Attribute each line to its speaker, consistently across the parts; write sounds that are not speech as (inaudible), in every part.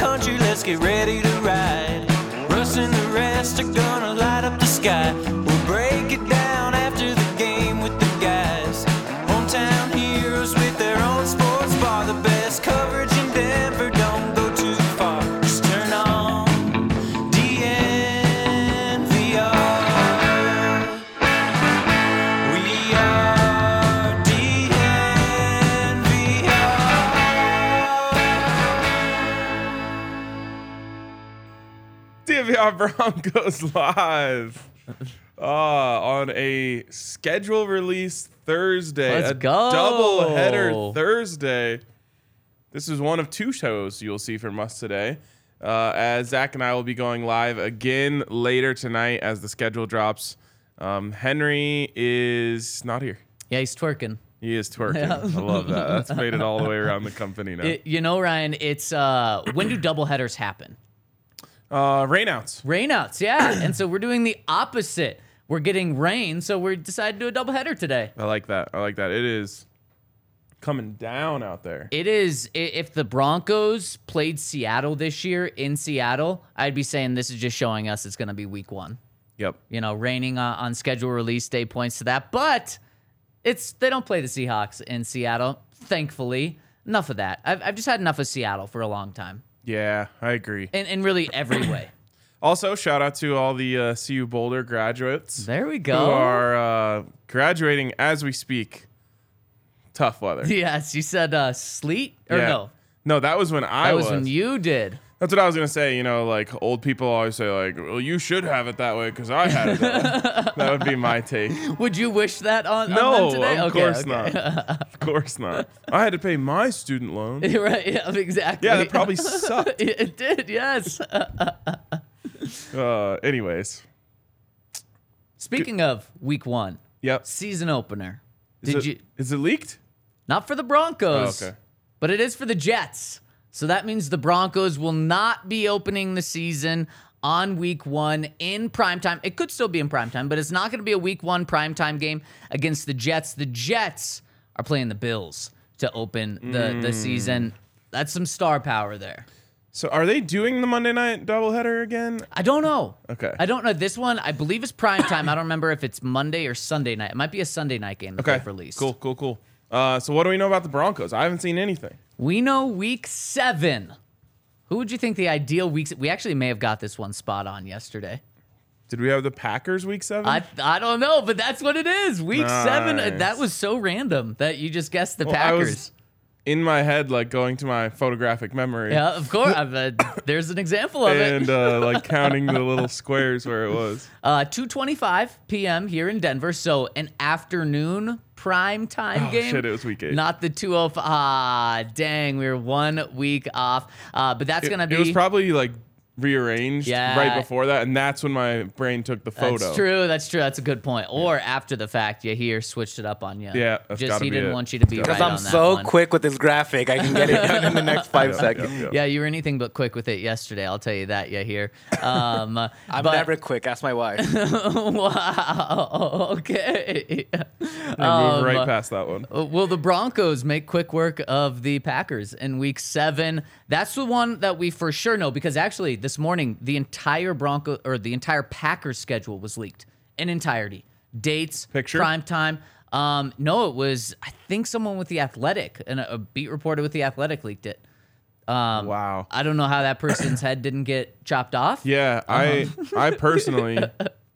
Speaker 1: let's get ready to ride. Russ and the rest are gonna light up the sky. We'll break it down after the game with the guys. Hometown heroes with their own sports bar. The best coverage in Denver, don't go too far. Just turn on DNVR. We are DNVR.
Speaker 2: DVR (laughs) Broncos live uh, on a schedule release Thursday.
Speaker 3: Let's
Speaker 2: a
Speaker 3: go.
Speaker 2: Double header Thursday. This is one of two shows you'll see from us today. Uh, as Zach and I will be going live again later tonight as the schedule drops. Um, Henry is not here.
Speaker 3: Yeah, he's twerking.
Speaker 2: He is twerking. I love that. That's made it all the way around the company now.
Speaker 3: (laughs) It- you know, Ryan, it's uh, when do doubleheaders happen?
Speaker 2: Uh, rainouts.
Speaker 3: Rainouts, (clears throat) yeah. and so we're doing the opposite. We're getting rain, so we decided to do a doubleheader today.
Speaker 2: I like that. I like that. It is coming down out there.
Speaker 3: It is i- if the Broncos played Seattle this year in Seattle, I'd be saying this is just showing us it's going to be Week One.
Speaker 2: Yep.
Speaker 3: You know, raining uh, on schedule release day points to that, but it's they don't play the Seahawks in Seattle. Thankfully, enough of that. I've, I've just had enough of Seattle for a long time,
Speaker 2: Yeah, I agree.
Speaker 3: in, in really every way.
Speaker 2: Also, shout out to all the uh, CU Boulder graduates
Speaker 3: There we
Speaker 2: who
Speaker 3: go.
Speaker 2: are uh, graduating as we speak. Tough weather.
Speaker 3: Yes, you said uh, sleet (laughs) or
Speaker 2: Yeah.
Speaker 3: no?
Speaker 2: No, that was when I
Speaker 3: That
Speaker 2: was.
Speaker 3: was when you did.
Speaker 2: That's what I was gonna say. You know, like old people always say, like, "Well, you should have it that way because I had it." That,
Speaker 3: (laughs)
Speaker 2: way." that would be my take.
Speaker 3: Would you wish that on?
Speaker 2: No,
Speaker 3: on them today?
Speaker 2: of
Speaker 3: Okay,
Speaker 2: course
Speaker 3: okay.
Speaker 2: not. Of course not. I had to pay my student loan.
Speaker 3: (laughs) (laughs) right? Yeah, exactly.
Speaker 2: Yeah, that probably sucked.
Speaker 3: (laughs) it did. Yes.
Speaker 2: Uh, anyways,
Speaker 3: Speaking of week one,
Speaker 2: yep.
Speaker 3: season opener.
Speaker 2: Is
Speaker 3: Did
Speaker 2: it-
Speaker 3: you
Speaker 2: Is it leaked?
Speaker 3: not for the Broncos?
Speaker 2: Oh, okay.
Speaker 3: But it is for the Jets. So that means the Broncos will not be opening the season on week one in primetime. It could still be in primetime, but it's not going to be a week one primetime game against the Jets. The Jets are playing the Bills to open the,
Speaker 2: Mm.
Speaker 3: the season. That's some star power there.
Speaker 2: So, are they doing the Monday night doubleheader again?
Speaker 3: I don't know.
Speaker 2: Okay.
Speaker 3: I don't know. This one, I believe, is prime time. I don't remember if it's Monday or Sunday night. It might be a Sunday night game that
Speaker 2: Okay.
Speaker 3: they've released.
Speaker 2: Cool, cool, cool. Uh, so what do we know about the Broncos? I haven't seen anything.
Speaker 3: We know week seven. Who would you think the ideal weeks? We actually may have got this one spot on yesterday.
Speaker 2: Did we have the Packers week seven?
Speaker 3: I I don't know, but that's what it is. Week seven. uh, That
Speaker 2: Nice.
Speaker 3: was so random that you just guessed the
Speaker 2: Well, I
Speaker 3: Packers.
Speaker 2: was- In my head, like going to my photographic memory
Speaker 3: yeah, of course. I've, uh, (coughs) there's an example of it.
Speaker 2: and uh,
Speaker 3: (laughs)
Speaker 2: like counting the little squares where it was.
Speaker 3: Uh, 2:25 p.m. here in Denver, so an afternoon prime time
Speaker 2: Oh,
Speaker 3: game.
Speaker 2: shit, it was week eight.
Speaker 3: Not the 2:05. Ah, dang, we were one week off. Uh, but that's
Speaker 2: It,
Speaker 3: gonna be.
Speaker 2: it was probably like rearranged
Speaker 3: Yeah.
Speaker 2: right before that, and that's when my brain took the photo.
Speaker 3: that's true. That's true. That's a good point. Or after the fact, you hear switched it up on you.
Speaker 2: Yeah, that's
Speaker 3: just
Speaker 2: gotta
Speaker 3: he
Speaker 2: be
Speaker 3: didn't
Speaker 2: it.
Speaker 3: want you to be
Speaker 2: That's
Speaker 3: right
Speaker 2: gotta
Speaker 4: Because
Speaker 3: on
Speaker 4: I'm
Speaker 3: that
Speaker 4: so
Speaker 3: one.
Speaker 4: quick with this graphic, I can get it done in the next
Speaker 2: (laughs)
Speaker 4: five
Speaker 2: Yep,
Speaker 4: seconds.
Speaker 2: yep.
Speaker 3: Yeah, you were anything but quick with it yesterday. I'll tell you that. Yeah, here.
Speaker 4: (laughs)
Speaker 3: Um,
Speaker 4: I'm
Speaker 3: but-
Speaker 4: never quick. Ask my wife.
Speaker 3: (laughs) wow. Okay.
Speaker 2: I moved
Speaker 3: Um,
Speaker 2: right past that one.
Speaker 3: Uh, Will the Broncos make quick work of the Packers in week seven? That's the one that we for sure know because actually this morning the entire Bronco or the entire Packers schedule was leaked in entirety. Dates,
Speaker 2: Picture?
Speaker 3: prime time. Um, no, it was I think someone with the Athletic and a, a beat reporter with the Athletic leaked it. Um,
Speaker 2: Wow.
Speaker 3: I don't know how that
Speaker 2: (coughs)
Speaker 3: person's head didn't get chopped off.
Speaker 2: Yeah, I
Speaker 3: Um.
Speaker 2: I
Speaker 3: (laughs)
Speaker 2: personally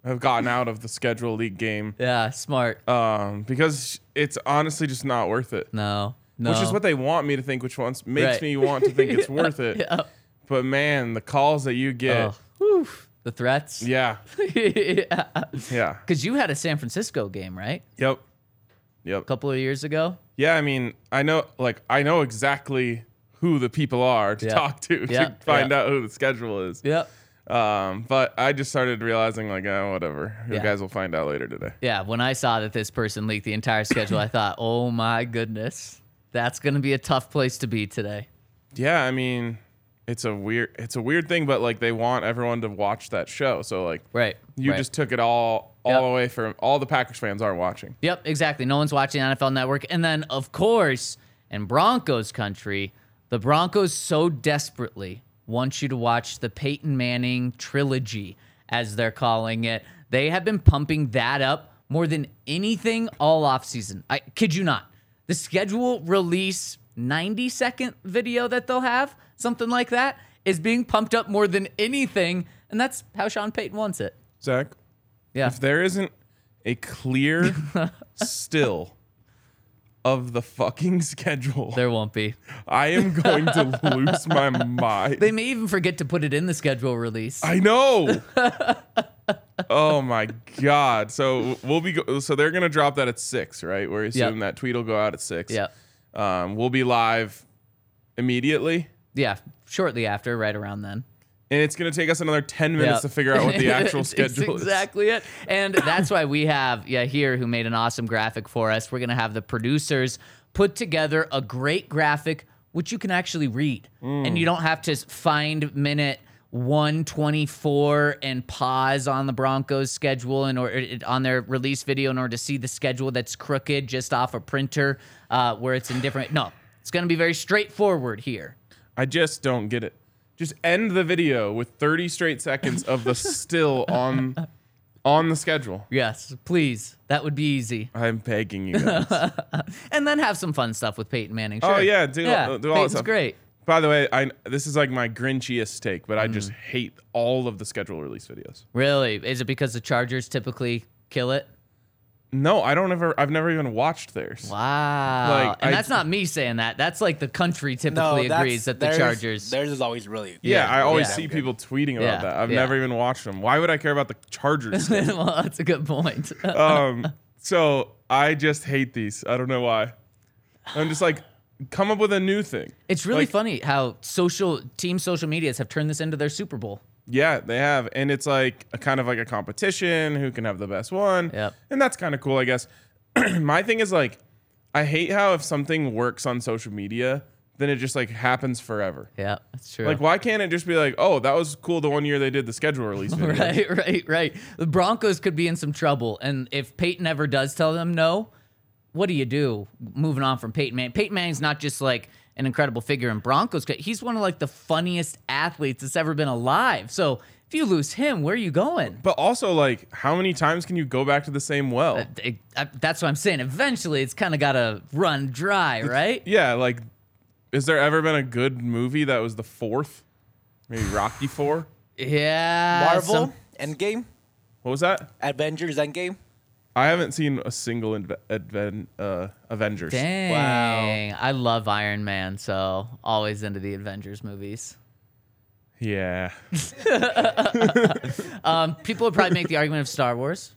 Speaker 2: have gotten out of the schedule league game
Speaker 3: Yeah, smart.
Speaker 2: um, because it's honestly just not worth it.
Speaker 3: no, no.
Speaker 2: which is what they want me to think, which once makes
Speaker 3: Um, Right.
Speaker 2: me want to think
Speaker 3: (laughs)
Speaker 2: it's worth it. But man, the calls that you get,
Speaker 3: Oh, whew, the threats. (laughs)
Speaker 2: yeah,
Speaker 3: yeah.
Speaker 2: yeah,
Speaker 3: Because you had a San Francisco game, right?
Speaker 2: yep,
Speaker 3: A
Speaker 2: yep,
Speaker 3: couple of years ago.
Speaker 2: yeah. I mean, I know, like, I know exactly who the people are to
Speaker 3: Yeah.
Speaker 2: talk to
Speaker 3: Yeah,
Speaker 2: to find out who the schedule is.
Speaker 3: Yep.
Speaker 2: Um, but I just started realizing, like, oh, whatever, you
Speaker 3: Yeah.
Speaker 2: guys will find out later today.
Speaker 3: Yeah. When I saw that this person leaked the entire schedule, I thought, oh my goodness, that's going to be a tough place to be today.
Speaker 2: Yeah, I mean, it's a weird, it's a weird thing, but like, they want everyone to watch that show, so like,
Speaker 3: Right.
Speaker 2: you
Speaker 3: right.
Speaker 2: just took it all all
Speaker 3: Yep.
Speaker 2: away from all the Packers fans aren't watching.
Speaker 3: Yep, exactly. No one's watching the NFL Network. And then, of course, in Broncos country, the Broncos so desperately wants you to watch the Peyton Manning trilogy, as they're calling it. They have been pumping that up more than anything all offseason. I kid you not. The schedule release 90 second video that they'll have, something like that, is being pumped up more than anything. And that's how Sean Payton wants it.
Speaker 2: Zach,
Speaker 3: Yeah.
Speaker 2: if there isn't a
Speaker 3: (laughs)
Speaker 2: clear still of the fucking schedule,
Speaker 3: There won't be.
Speaker 2: I am going to lose
Speaker 3: (laughs)
Speaker 2: my mind.
Speaker 3: They may even forget to put it in the schedule release.
Speaker 2: I know. oh my god! So we'll be go- so they're gonna drop that at six, right? We're assuming that tweet will go out at six.
Speaker 3: yeah.
Speaker 2: Um, we'll be live immediately,
Speaker 3: Yeah. Shortly after, right around then.
Speaker 2: and it's gonna take us another ten minutes
Speaker 3: Yeah.
Speaker 2: to figure out what
Speaker 3: (laughs)
Speaker 2: the actual
Speaker 3: It's
Speaker 2: schedule is.
Speaker 3: exactly it. And that's why we have yeah here who made an awesome graphic for us. We're gonna have the producers put together a great graphic which you can actually read,
Speaker 2: Mm.
Speaker 3: and you don't have to s- find minute. 124 and pause on the Broncos schedule and or it- on their release video in order to see the schedule that's crooked just off a printer uh, where it's in different. No, it's going to be very straightforward here.
Speaker 2: I just don't get it. Just end the video with thirty straight seconds of the still on on the schedule.
Speaker 3: Yes, please. That would be easy.
Speaker 2: I'm begging you guys.
Speaker 3: and then have some fun stuff with Peyton Manning.
Speaker 2: Oh,
Speaker 3: sure.
Speaker 2: yeah, do- uh, do all that
Speaker 3: Peyton's
Speaker 2: stuff.
Speaker 3: great.
Speaker 2: (laughs) By the way, I this is like my Grinchiest take, but I just hate all of the schedule release videos.
Speaker 3: Really, is it because the Chargers typically kill it?
Speaker 2: No, I don't ever. I've never even watched theirs.
Speaker 3: Wow,
Speaker 2: Like,
Speaker 3: and
Speaker 2: I-
Speaker 3: that's not me saying that. That's like the country
Speaker 4: No,
Speaker 3: typically
Speaker 4: that's-
Speaker 3: agrees that the
Speaker 4: theirs-
Speaker 3: Chargers.
Speaker 4: Theirs is always really.
Speaker 2: Yeah, I always
Speaker 3: yeah.
Speaker 2: see people tweeting about
Speaker 3: Yeah,
Speaker 2: that. I've
Speaker 3: yeah.
Speaker 2: never even watched them. Why would I care about the (laughs) Chargers?
Speaker 3: (laughs) well, that's a good point. (laughs)
Speaker 2: um, so I just hate these. I don't know why. I'm just like, come up with a new thing.
Speaker 3: it's really
Speaker 2: like-
Speaker 3: funny how social team social medias have turned this into their Super Bowl.
Speaker 2: Yeah, they have, and it's like a kind of like a competition who can have the best one.
Speaker 3: Yep.
Speaker 2: and that's kind of cool, I guess. (clears throat) My thing is like, I hate how if something works on social media, then it just like happens forever.
Speaker 3: Yeah, that's true.
Speaker 2: Like, why can't it just be like, oh, that was cool the one year they did the schedule
Speaker 3: (laughs)
Speaker 2: release video?
Speaker 3: right, right, right. The Broncos could be in some trouble, and if Peyton ever does tell them no, what do you do? Moving on from Peyton Manning. Peyton Manning's not just like an incredible figure in Broncos. He's one of like the funniest athletes that's ever been alive. So if you lose him, where are you going?
Speaker 2: But also, like, how many times can you go back to the same well?
Speaker 3: It- I- that's what I'm saying. Eventually, it's kind of got to run dry, right?
Speaker 2: yeah, like, is there ever been a good movie that was the fourth? Maybe Rocky Four?
Speaker 3: Yeah.
Speaker 4: Marvel
Speaker 3: some-
Speaker 4: Endgame,
Speaker 2: What was that?
Speaker 4: Avengers Endgame.
Speaker 2: I haven't seen a single inve- adven- uh, Avengers.
Speaker 3: Dang. I love Iron Man, so always into the Avengers movies.
Speaker 2: Yeah.
Speaker 3: People would probably make the argument of Star Wars.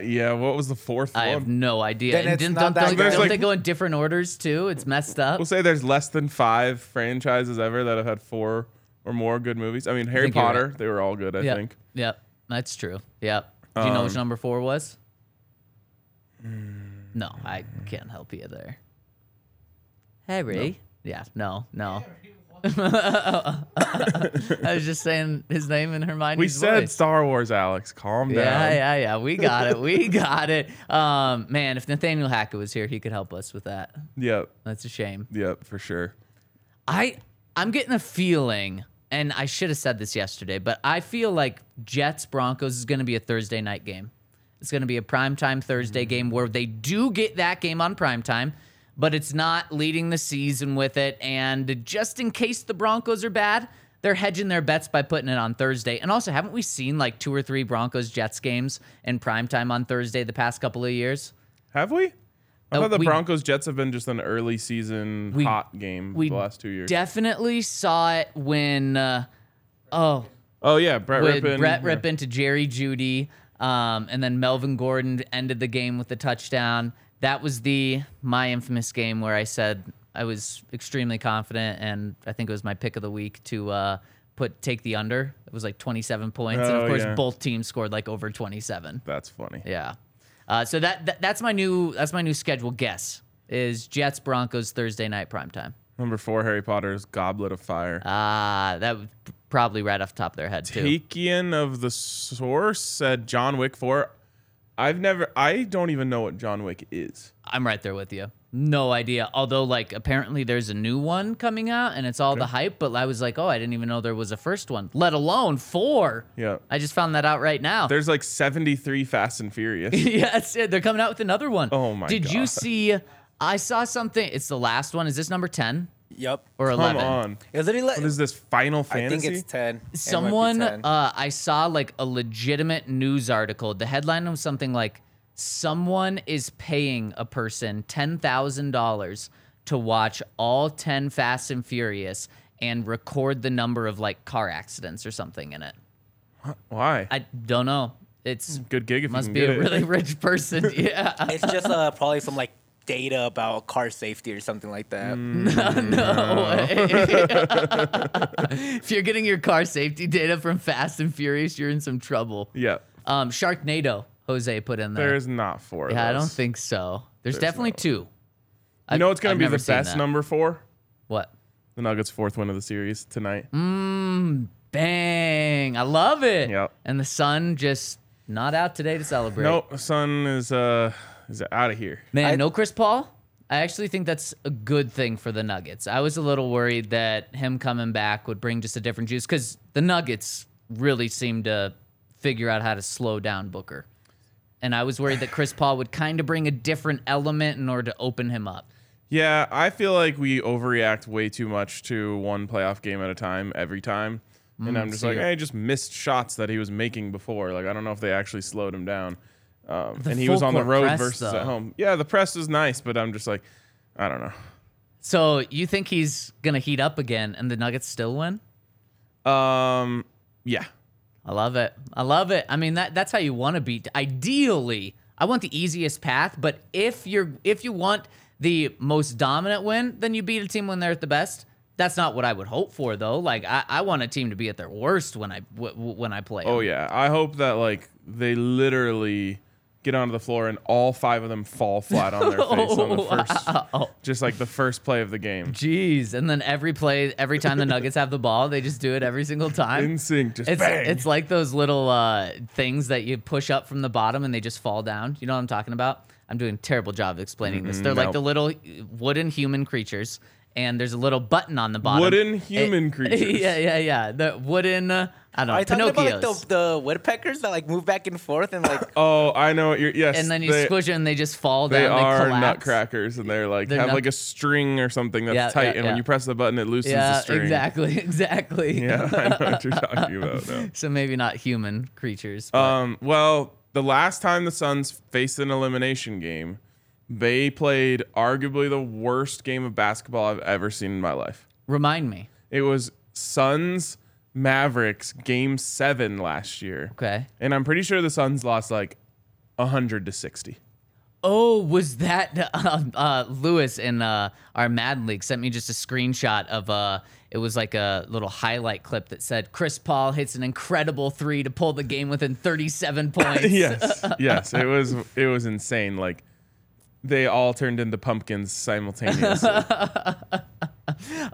Speaker 2: Yeah, what was the fourth
Speaker 3: I have
Speaker 2: one?
Speaker 3: no idea.
Speaker 4: Then
Speaker 3: And
Speaker 4: it's
Speaker 3: didn't-
Speaker 4: not
Speaker 3: don't
Speaker 4: that
Speaker 3: don't-
Speaker 4: great.
Speaker 3: don't
Speaker 2: Like-
Speaker 3: they go in different orders too? It's messed up.
Speaker 2: We'll say there's less than five franchises ever that have had four or more good movies. I mean, Harry
Speaker 3: think you're
Speaker 2: Potter,
Speaker 3: right.
Speaker 2: they were all good, I
Speaker 3: yep.
Speaker 2: think. Um,
Speaker 3: Yep. That's true. Yep. Do you know which number four was?
Speaker 2: Hmm.
Speaker 3: No, I can't help you there. Harry. Yeah. No. No. (laughs) I was just saying his name in Hermione's
Speaker 2: We said
Speaker 3: voice.
Speaker 2: Star Wars, Alex. Calm
Speaker 3: Yeah,
Speaker 2: down.
Speaker 3: yeah, yeah. We got it. We (laughs) got it. Um, man, if Nathaniel Hackett was here, he could help us with that.
Speaker 2: Yep.
Speaker 3: That's a shame.
Speaker 2: Yep, for sure.
Speaker 3: I I'm getting a feeling, and I should have said this yesterday, but I feel like Jets Broncos is going to be a Thursday night game. It's going to be a primetime Thursday game where they do get that game on primetime, but it's not leading the season with it. And just in case the Broncos are bad, they're hedging their bets by putting it on Thursday. And also, haven't we seen like two or three Broncos Jets games in primetime on Thursday the past couple of years?
Speaker 2: Have we? I
Speaker 3: Oh,
Speaker 2: thought the
Speaker 3: we-
Speaker 2: Broncos Jets have been just an early season
Speaker 3: We-
Speaker 2: hot game the last two years.
Speaker 3: definitely saw it when, uh, oh,
Speaker 2: oh yeah, Brett
Speaker 3: with
Speaker 2: Rippin.
Speaker 3: Brett
Speaker 2: yeah.
Speaker 3: Rippin to Jerry Judy, um, and then Melvin Gordon ended the game with a touchdown. That was the my infamous game where I said I was extremely confident, and I think it was my pick of the week to uh, put take the under. It was like 27 points, and
Speaker 2: Oh,
Speaker 3: of course
Speaker 2: yeah.
Speaker 3: both teams scored like over 27.
Speaker 2: That's funny.
Speaker 3: Yeah, uh, so that, that that's my new that's my new schedule guess is Jets Broncos Thursday night primetime.
Speaker 2: Number four, Harry Potter's Goblet of Fire.
Speaker 3: Ah, that was probably right off the top of their head too.
Speaker 2: Takian of the Source said John Wick four. I've never. I don't even know what John Wick is.
Speaker 3: I'm right there with you. No idea. Although, like, apparently there's a new one coming out and it's all the hype, but I was like, oh, I didn't even know there was a first one, let alone four.
Speaker 2: Yeah.
Speaker 3: I just found that out right now.
Speaker 2: There's like 73 Fast and Furious.
Speaker 3: (laughs) yes, yeah, they're coming out with another one.
Speaker 2: Oh my
Speaker 3: Did you
Speaker 2: God.
Speaker 3: see? I saw something. It's the last one. Is this number 10
Speaker 4: Yep.
Speaker 3: or
Speaker 2: Come
Speaker 3: 11?
Speaker 2: on.
Speaker 4: Is it ele-
Speaker 2: What is this Final
Speaker 4: I think
Speaker 2: Fantasy?
Speaker 4: it's ten. It might be
Speaker 3: someone
Speaker 4: 10.
Speaker 3: uh, i saw like a legitimate news article the headline was something like someone is paying a person $10000 to watch all 10 fast and furious and record the number of like car accidents or something in it
Speaker 2: Why?
Speaker 3: i don't know it's
Speaker 2: Good gig if
Speaker 3: (laughs) must
Speaker 2: you
Speaker 3: be
Speaker 2: can
Speaker 3: a
Speaker 2: get it.
Speaker 3: really rich person (laughs) yeah
Speaker 4: it's just uh, probably some like data about car safety or something like that.
Speaker 2: Mm. Uh-huh.
Speaker 3: no (laughs) if you're getting your car safety data from fast and furious you're in some trouble
Speaker 2: (laughs) Yeah.
Speaker 3: um sharknado jose put in there
Speaker 2: There is not four.
Speaker 3: Yeah,
Speaker 2: of
Speaker 3: I don't
Speaker 2: those.
Speaker 3: think so. There's, definitely
Speaker 2: no-
Speaker 3: two.
Speaker 2: You know it's going
Speaker 3: I've
Speaker 2: to be
Speaker 3: never
Speaker 2: the
Speaker 3: seen
Speaker 2: best
Speaker 3: that.
Speaker 2: number four?
Speaker 3: What?
Speaker 2: The Nuggets' fourth win of the series tonight.
Speaker 3: Mm. Bang! I love it.
Speaker 2: Yep.
Speaker 3: And the sun just not out today to celebrate.
Speaker 2: No, Sun is uh is out of here.
Speaker 3: man,
Speaker 4: I-
Speaker 3: no Chris Paul. I actually think that's a good thing for the Nuggets. I was a little worried that him coming back would bring just a different juice because the Nuggets really seem to figure out how to slow down Booker. And I was worried that Chris Paul would kind of bring a different element in order to open him up.
Speaker 2: Yeah, I feel like we overreact way too much to one playoff game at a time every time. And I'm just
Speaker 3: so
Speaker 2: like,
Speaker 3: you're-
Speaker 2: I just missed shots that he was making before. Like, I don't know if they actually slowed him down. Um, and he
Speaker 3: full
Speaker 2: was on the
Speaker 3: court
Speaker 2: road
Speaker 3: press,
Speaker 2: versus
Speaker 3: though.
Speaker 2: at home. Yeah, the press is nice, but I'm just like, I don't know.
Speaker 3: So you think he's gonna heat up again and the Nuggets still win?
Speaker 2: Um, yeah,
Speaker 3: I love it. I love it. I mean that that's how you want to beat. Ideally, I want the easiest path, but if you're if you want the most dominant win, then you beat a team when they're at the best. That's not what I would hope for though. Like I, I want a team to be at their worst when I w- w- when I play. 'em.
Speaker 2: Oh yeah, I hope that like they literally get onto the floor and all five of them fall flat on their
Speaker 3: (laughs)
Speaker 2: face on
Speaker 3: Oh,
Speaker 2: the first, just like the first play of the game.
Speaker 3: Jeez, and then every play every time the Nuggets have the ball, they just do it every single
Speaker 2: (laughs)
Speaker 3: time.
Speaker 2: In sync, just
Speaker 3: It's
Speaker 2: bang.
Speaker 3: it's like those little uh, things that you push up from the bottom and they just fall down. You know what I'm talking about? I'm doing a terrible job of explaining this. They're like
Speaker 2: no.
Speaker 3: the little uh, wooden human creatures, and there's a little button on the bottom.
Speaker 2: Wooden human creatures.
Speaker 3: (laughs) Yeah, yeah, yeah. The wooden. Uh, I don't know.
Speaker 4: Are you talking
Speaker 3: Pinocchios.
Speaker 4: about like, the, the woodpeckers that like move back and forth and
Speaker 3: (laughs)
Speaker 4: like
Speaker 2: oh, I know what you're. Yes,
Speaker 3: and then you
Speaker 2: they,
Speaker 3: squish it, and they just fall
Speaker 2: They
Speaker 3: down.
Speaker 2: are
Speaker 3: collapse.
Speaker 2: nutcrackers, and they're like
Speaker 3: They're
Speaker 2: have
Speaker 3: nut-
Speaker 2: like a string or something that's
Speaker 3: Yeah,
Speaker 2: tight,
Speaker 3: yeah,
Speaker 2: and when
Speaker 3: yeah.
Speaker 2: you press the button, it loosens the
Speaker 3: Yeah,
Speaker 2: string.
Speaker 3: exactly, (laughs) exactly.
Speaker 2: Yeah, I know
Speaker 3: (laughs)
Speaker 2: what you're talking about. now.
Speaker 3: So maybe not human creatures. but-
Speaker 2: Um, well, the last time the Suns faced an elimination game, they played arguably the worst game of basketball I've ever seen in my life.
Speaker 3: Remind me.
Speaker 2: It was Suns Mavericks game seven last year.
Speaker 3: Okay.
Speaker 2: And I'm pretty sure the Suns lost like 100 to 60.
Speaker 3: Oh, was that (laughs) uh, uh, Lewis in uh, our Madden League sent me just a screenshot of uh, it was like a little highlight clip that said Chris Paul hits an incredible three to pull the game
Speaker 2: (laughs)
Speaker 3: within 37 points. (laughs)
Speaker 2: Yes. yes. It was it was insane. Like they all turned into pumpkins simultaneously.
Speaker 3: (laughs)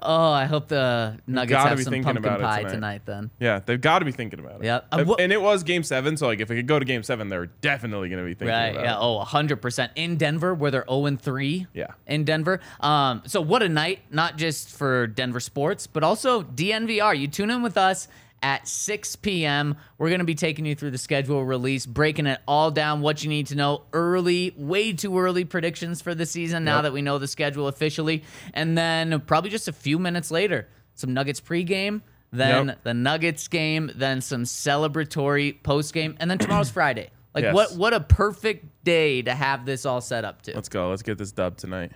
Speaker 3: Oh, I hope the Nuggets
Speaker 2: gotta
Speaker 3: have
Speaker 2: be
Speaker 3: some
Speaker 2: thinking
Speaker 3: pumpkin
Speaker 2: about it
Speaker 3: pie
Speaker 2: tonight.
Speaker 3: tonight. Then
Speaker 2: yeah, they've got to be thinking about it.
Speaker 3: Yeah. Uh, wha-
Speaker 2: and it was game seven, so like if it could go to game seven, they're definitely gonna be thinking
Speaker 3: right?
Speaker 2: about
Speaker 3: Yeah.
Speaker 2: it.
Speaker 3: Oh, 100 percent in Denver where they're 0 and three.
Speaker 2: Yeah.
Speaker 3: In Denver. Um. So what a night! Not just for Denver sports, but also DNVR. You tune in with us. At 6 p.m., we're going to be taking you through the schedule release, breaking it all down, what you need to know early, way too early predictions for the season now
Speaker 2: Yep.
Speaker 3: that we know the schedule officially. And then, probably just a few minutes later, some Nuggets pregame, then
Speaker 2: Yep.
Speaker 3: the Nuggets game, then some celebratory postgame, and then
Speaker 2: (clears throat)
Speaker 3: tomorrow's Friday. Like
Speaker 2: Yes.
Speaker 3: what what a perfect day to have this all set up to. Let's,
Speaker 2: Let's go. Let's get this dub tonight.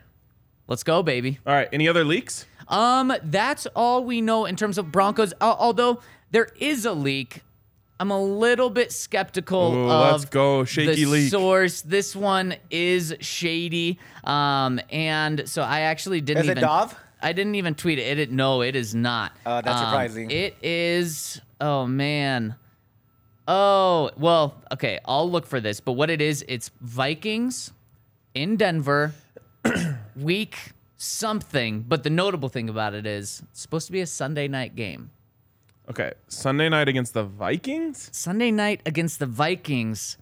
Speaker 3: go, baby.
Speaker 2: All right. Any other leaks?
Speaker 3: Um, that's all we know in terms of Broncos. Al- although there is a leak, I'm a little bit skeptical
Speaker 2: Ooh,
Speaker 3: of
Speaker 2: let's go. Shaky
Speaker 3: the
Speaker 2: leak.
Speaker 3: source. This one is shady. Um, and so I actually didn't
Speaker 4: Is it
Speaker 3: even
Speaker 4: Dov?
Speaker 3: I didn't even tweet it. it. No, it is not.
Speaker 4: Uh, that's
Speaker 3: Um,
Speaker 4: surprising.
Speaker 3: It is. Oh man. Oh well. Okay, I'll look for this. But what it is, it's Vikings in Denver, (clears throat) week something. But the notable thing about it is it's supposed to be a Sunday night game.
Speaker 2: Okay. Sunday night against the Vikings?
Speaker 3: Sunday night against the Vikings,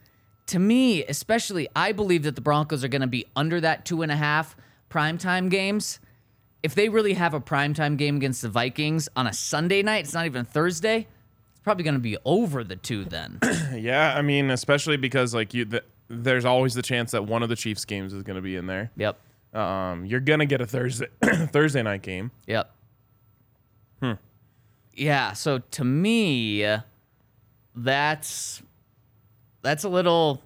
Speaker 3: to me, especially, I believe that the Broncos are going to be under that two and a half. primetime games, if they really have a primetime game against the Vikings on a Sunday night, it's not even Thursday, it's probably going to be over the two then.
Speaker 2: Yeah, I mean, especially because like you, th there's always the chance that one of the Chiefs games is going to be in there.
Speaker 3: yep.
Speaker 2: Um, you're gonna get a Thursday (coughs) Thursday night game.
Speaker 3: Yep. Hmm. Yeah. So to me, that's that's a little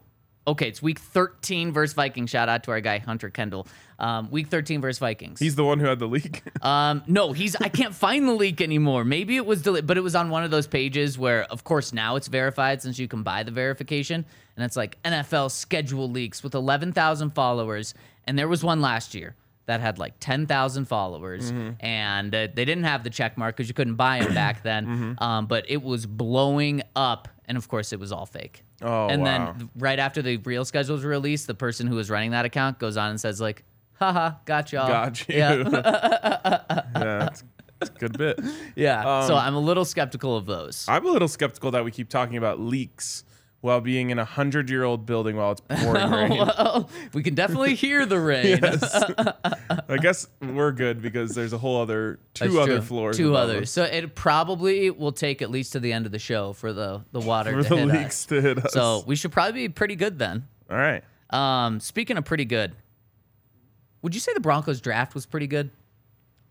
Speaker 3: okay. It's week thirteen versus Vikings. Shout out to our guy Hunter Kendall. Um, week thirteen versus Vikings.
Speaker 2: He's the one who had the leak.
Speaker 3: um, no, he's. I can't find the leak anymore. Maybe it was deleted, but it was on one of those pages where, of course, now it's verified since you can buy the verification, and it's like NFL schedule leaks with eleven thousand followers, and there was one last year that had like ten thousand followers,
Speaker 2: Mm-hmm.
Speaker 3: and uh, they didn't have the check mark because you couldn't buy
Speaker 2: (clears throat)
Speaker 3: them back then.
Speaker 2: Mm-hmm.
Speaker 3: Um, but it was blowing up, and of course, it was all fake.
Speaker 2: Oh,
Speaker 3: and
Speaker 2: wow.
Speaker 3: then th- right after the real schedules were released, the person who was running that account goes on and says like, "Haha, got y'all."
Speaker 2: Got you.
Speaker 3: Uh-huh.
Speaker 2: (laughs)
Speaker 3: Yeah.
Speaker 2: yeah, it's, it's a good
Speaker 3: (laughs)
Speaker 2: bit.
Speaker 3: Yeah.
Speaker 2: Um,
Speaker 3: so I'm a little skeptical of those. (laughs)
Speaker 2: I'm a little skeptical that we keep talking about leaks while being in a hundred year old building while it's
Speaker 3: (laughs)
Speaker 2: pouring rain. (laughs)
Speaker 3: Well, Oh, we can definitely hear the rain.
Speaker 2: I guess we're good because there's a whole other two
Speaker 3: That's
Speaker 2: other
Speaker 3: true.
Speaker 2: floors.
Speaker 3: Two
Speaker 2: above
Speaker 3: others.
Speaker 2: us
Speaker 3: So it probably will take at least to the end of the show for the the water
Speaker 2: for
Speaker 3: to
Speaker 2: the
Speaker 3: hit
Speaker 2: leaks
Speaker 3: us.
Speaker 2: to hit us.
Speaker 3: So we should probably be pretty good then.
Speaker 2: all right.
Speaker 3: Um, speaking of pretty good, would you say the Broncos draft was pretty good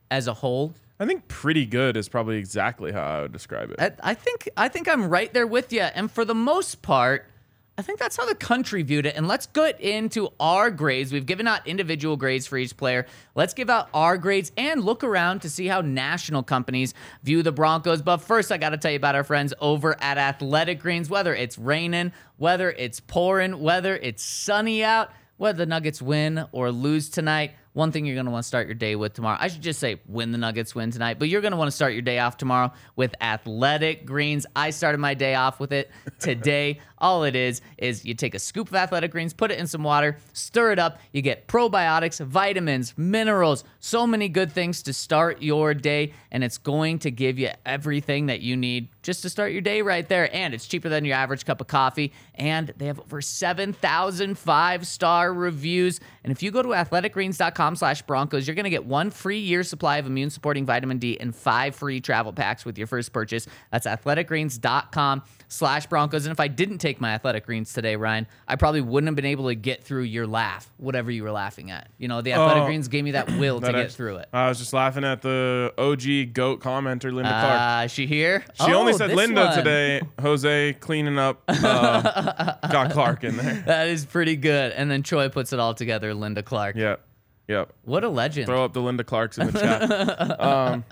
Speaker 3: as a whole?
Speaker 2: I think pretty good is probably exactly how I would describe it.
Speaker 3: I, I think I think I'm right there with you. And for the most part, I think that's how the country viewed it. And let's get into our grades. We've given out individual grades for each player. Let's give out our grades and look around to see how national companies view the Broncos. But first, I got to tell you about our friends over at Athletic Greens. Whether it's raining, whether it's pouring, whether it's sunny out, whether the Nuggets win or lose tonight, one thing you're going to want to start your day with tomorrow. I should just say when the Nuggets win tonight, but you're going to want to start your day off tomorrow with Athletic Greens. I started my day off with it today. (laughs) All it is is you take a scoop of Athletic Greens, put it in some water, stir it up. You get probiotics, vitamins, minerals, so many good things to start your day, and it's going to give you everything that you need just to start your day right there. And it's cheaper than your average cup of coffee. And they have over 7,000 five-star reviews. And if you go to athleticgreens.com slash Broncos, you're going to get one free year supply of immune-supporting vitamin D and five free travel packs with your first purchase. That's athleticgreens.com slash Broncos. And if I didn't take my Athletic Greens today, Ryan, I probably wouldn't have been able to get through your laugh, whatever you were laughing at. You know, the Athletic
Speaker 2: Oh.
Speaker 3: Greens gave me that will to
Speaker 2: That
Speaker 3: get
Speaker 2: act-
Speaker 3: through it.
Speaker 2: I was just laughing at the OG goat commenter Linda Clark.
Speaker 3: Uh, she here?
Speaker 2: She only
Speaker 3: Oh,
Speaker 2: said
Speaker 3: this
Speaker 2: Linda
Speaker 3: one.
Speaker 2: today. Jose cleaning up. Uh, got Clark in there.
Speaker 3: That is pretty good. And then Troy puts it all together, Linda Clark.
Speaker 2: Yep. Yep.
Speaker 3: What a legend.
Speaker 2: Throw up the Linda Clarks in the chat. Um,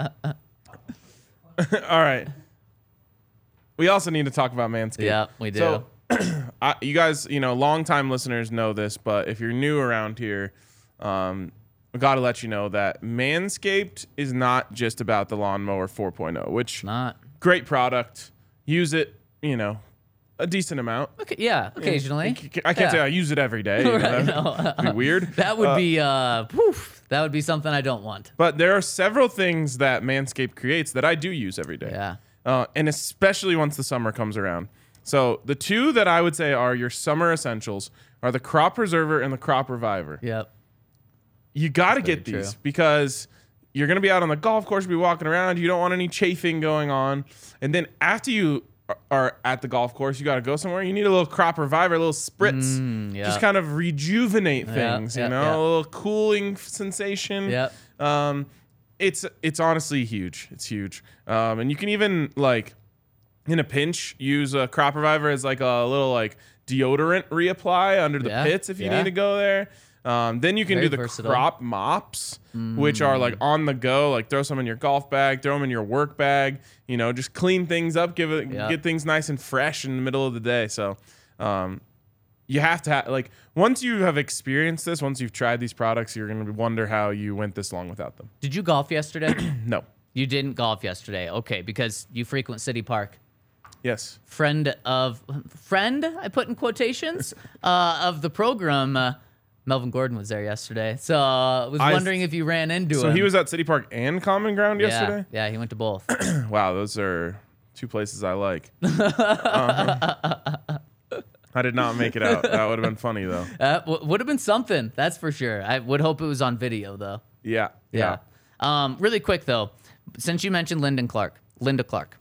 Speaker 2: (laughs) all right. We also need to talk about Manscaped.
Speaker 3: Yeah, we do.
Speaker 2: So, (clears throat) I, you guys, you know, longtime listeners know this, but if you're new around here, um, we got to let you know that Manscaped is not just about the lawnmower 4.0, which
Speaker 3: Not.
Speaker 2: great product. Use it, you know, a decent amount.
Speaker 3: Okay, yeah, occasionally.
Speaker 2: I can't
Speaker 3: Yeah.
Speaker 2: say I use it every day.
Speaker 3: (laughs) Right,
Speaker 2: That'd be weird.
Speaker 3: (laughs) That would be uh poof, that would be something I don't want.
Speaker 2: But there are several things that Manscaped creates that I do use every day.
Speaker 3: Yeah.
Speaker 2: Uh, and especially once the summer comes around. So the two that I would say are your summer essentials are the crop preserver and the crop reviver.
Speaker 3: Yep.
Speaker 2: You got to get
Speaker 3: very
Speaker 2: these
Speaker 3: true.
Speaker 2: because you're going to be out on the golf course, be walking around. You don't want any chafing going on. And then after you are- are at the golf course, you got to go somewhere. You need a little crop reviver, a little spritz.
Speaker 3: Mm, yeah.
Speaker 2: Just kind of rejuvenate things,
Speaker 3: yeah,
Speaker 2: you know,
Speaker 3: yeah.
Speaker 2: a little cooling sensation. (laughs)
Speaker 3: Yep.
Speaker 2: Um, it's it's honestly huge. It's huge. Um, and you can even like in a pinch use a crop reviver as like a little like deodorant reapply under the
Speaker 3: Yeah,
Speaker 2: pits if you
Speaker 3: yeah.
Speaker 2: need to go there. Um, then you can
Speaker 3: Very
Speaker 2: do the
Speaker 3: versatile.
Speaker 2: crop mops, which are like on the go. Like throw some in your golf bag, throw them in your work bag. You know, just clean things up, give it,
Speaker 3: Yeah.
Speaker 2: get things nice and fresh in the middle of the day. So, um, you have to have like once you have experienced this, once you've tried these products, you're gonna wonder how you went this long without them.
Speaker 3: Did you golf yesterday? (clears throat)
Speaker 2: No.
Speaker 3: you didn't golf yesterday. Okay, because you frequent City Park.
Speaker 2: Yes.
Speaker 3: Friend of friend, I put in quotations, (laughs) uh, of the program. Uh, Melvin Gordon was there yesterday, so I was
Speaker 2: I-
Speaker 3: wondering if you ran into him.
Speaker 2: So he was at City Park and Common Ground (laughs)
Speaker 3: yeah,
Speaker 2: yesterday.
Speaker 3: yeah, he went to both. (laughs) Uh-huh.
Speaker 2: Wow, those are two places I like. Um, I did not make it out. That would have been funny though.
Speaker 3: Uh, w- would have been something, that's for sure. I would hope it was on video though.
Speaker 2: Yeah.
Speaker 3: Yeah. Um, really quick though, since you mentioned Lyndon Clark, Linda Clark,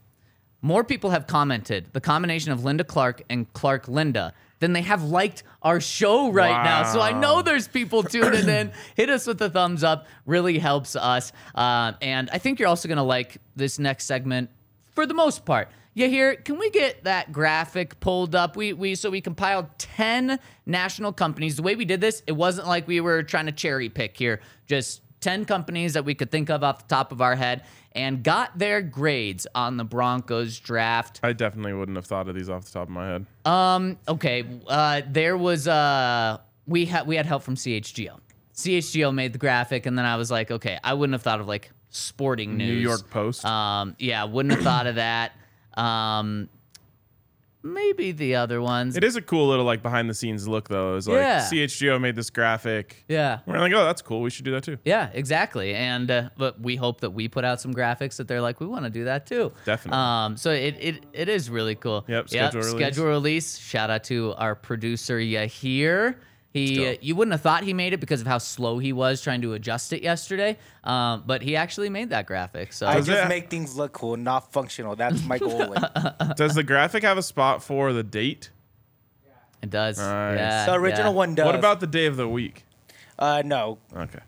Speaker 3: more people have commented the combination of Linda Clark and Clark Linda than they have liked our show right now. So I know
Speaker 2: Wow.
Speaker 3: there's people tuning in. Hit us with a thumbs up. Really helps us. Uh, and I think you're also gonna like this next segment for the most part. You hear? Can we get that graphic pulled up? We we so we compiled ten national companies. The way we did this, it wasn't like we were trying to cherry pick here. Just ten companies that we could think of off the top of our head, and got their grades on the Broncos draft.
Speaker 2: I definitely wouldn't have thought of these off the top of my head.
Speaker 3: Um, Okay, uh, there was uh, we had we had help from CHGO. CHGO made the graphic, and then I was like, okay, I wouldn't have thought of like sporting news.
Speaker 2: New York Post.
Speaker 3: Um, yeah, wouldn't have thought of that. Um, maybe the other ones.
Speaker 2: it is a cool little like behind the scenes look though. It's like
Speaker 3: Yeah.
Speaker 2: CHGO made this graphic.
Speaker 3: Yeah.
Speaker 2: We're like, oh, that's cool. We should do that
Speaker 3: (laughs)
Speaker 2: too.
Speaker 3: Yeah, exactly. And uh, but we hope that we put out some graphics that they're like, we want to do that too.
Speaker 2: Definitely.
Speaker 3: Um, so it it, it is really cool.
Speaker 2: Yep, schedule release.
Speaker 3: Schedule release. Shout out to our producer Yahir. He,
Speaker 2: Let's
Speaker 3: uh, you wouldn't have thought he made it because of how slow he was trying to adjust it yesterday, um, but he actually made that graphic. So
Speaker 4: I
Speaker 2: Does
Speaker 4: just
Speaker 2: it-
Speaker 4: make things look cool, not functional. That's my
Speaker 3: (laughs)
Speaker 4: goal. the
Speaker 2: Does the graphic have a spot for the date?
Speaker 3: it does.
Speaker 2: Nice.
Speaker 3: Yeah, Uh,
Speaker 4: original
Speaker 3: yeah.
Speaker 4: one does.
Speaker 2: What about the day of the week?
Speaker 4: Uh, no,
Speaker 3: (laughs)
Speaker 2: Okay.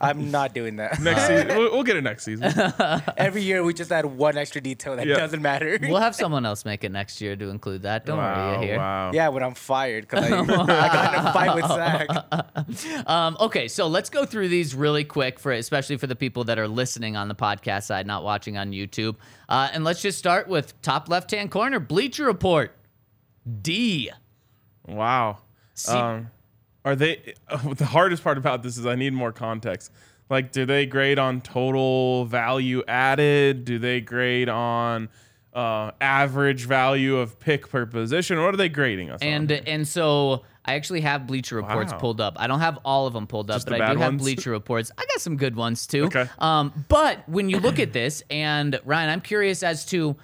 Speaker 4: I'm not doing
Speaker 2: (laughs)
Speaker 4: that.
Speaker 2: Next season, we'll, we'll get it next
Speaker 3: (laughs)
Speaker 2: season.
Speaker 3: Oh,
Speaker 4: Every year we just add one extra detail that
Speaker 2: Yeah.
Speaker 4: doesn't matter.
Speaker 3: We'll have someone else make it next year to include that. Don't
Speaker 2: wow,
Speaker 3: worry, Yahir.
Speaker 2: wow.
Speaker 4: (laughs) Yeah, when I'm fired because I, I got in a fight with
Speaker 2: (laughs)
Speaker 4: Zach.
Speaker 3: Um, okay, so let's go through these really quick for especially for the people that are listening on the podcast side, not watching on YouTube. Uh, and let's just start with top left hand corner, Bleacher Report. D.
Speaker 2: Wow.
Speaker 3: See-
Speaker 2: Um, are they? (laughs) the hardest part about this is I need more context. Like, do they grade on total value added? Do they grade on uh, average value of pick per position? What are they grading us
Speaker 3: And
Speaker 2: on?
Speaker 3: and so I actually have Bleacher Reports
Speaker 2: Wow.
Speaker 3: pulled up. I don't have all of them pulled up,
Speaker 2: Just the
Speaker 3: but I
Speaker 2: bad
Speaker 3: do have
Speaker 2: ones?
Speaker 3: Bleacher Reports. I got some good ones too.
Speaker 2: Okay.
Speaker 3: Um, but when you look at this, and Ryan, I'm curious as to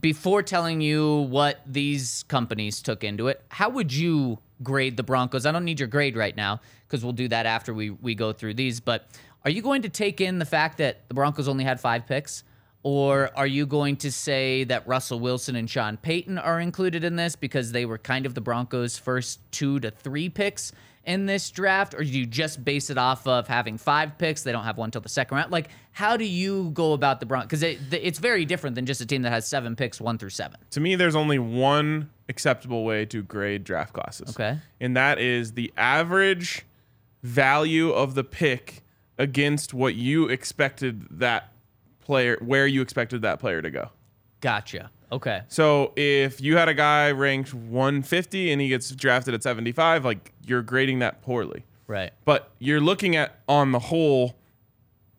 Speaker 3: before telling you what these companies took into it, how would you grade the Broncos? I don't need your grade right now because we'll do that after we we go through these. But are you going to take in the fact that the Broncos only had five picks? Or are you going to say that Russell Wilson and Sean Payton are included in this because they were kind of the Broncos' first two to three picks in this draft? Or do you just base it off of having five picks? They don't have one till the second round. Like, how do you go about the Broncos? Because it, th- it's very different than just a team that has seven picks, one through seven.
Speaker 2: to me, there's only one acceptable way to grade draft classes.
Speaker 3: Okay.
Speaker 2: And that is the average value of the pick against what you expected that player, where you expected that player to go.
Speaker 3: Gotcha. Okay.
Speaker 2: So if you had a guy ranked 150 and he gets drafted at 75, like you're grading that poorly.
Speaker 3: Right.
Speaker 2: But you're looking at on the whole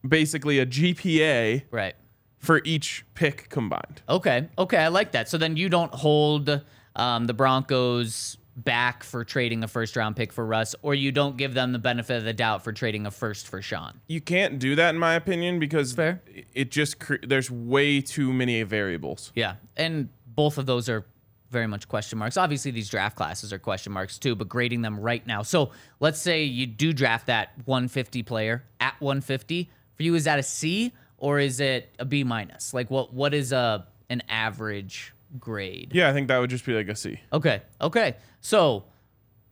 Speaker 2: basically a GPA
Speaker 3: Right.
Speaker 2: for each pick combined.
Speaker 3: Okay. Okay. I like that. So then you don't hold um, the Broncos back for trading a first round pick for Russ, or you don't give them the benefit of the doubt for trading a first for Sean.
Speaker 2: You can't do that in my opinion because
Speaker 3: Fair.
Speaker 2: it just cre- there's way too many variables.
Speaker 3: Yeah. And both of those are very much question marks. Obviously, these draft classes are question marks too, but grading them right now. So let's say you do draft that 150 player at 150. For you, is that a C or is it a B minus? Like, what what is a an average grade?
Speaker 2: Yeah, I think that would just be like a C.
Speaker 3: Okay. Okay. So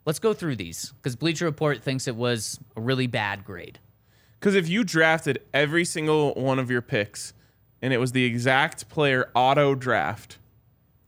Speaker 3: let's go through these because Bleacher Report thinks it was a really bad grade.
Speaker 2: Because if you drafted every single one of your picks and it was the exact player auto draft,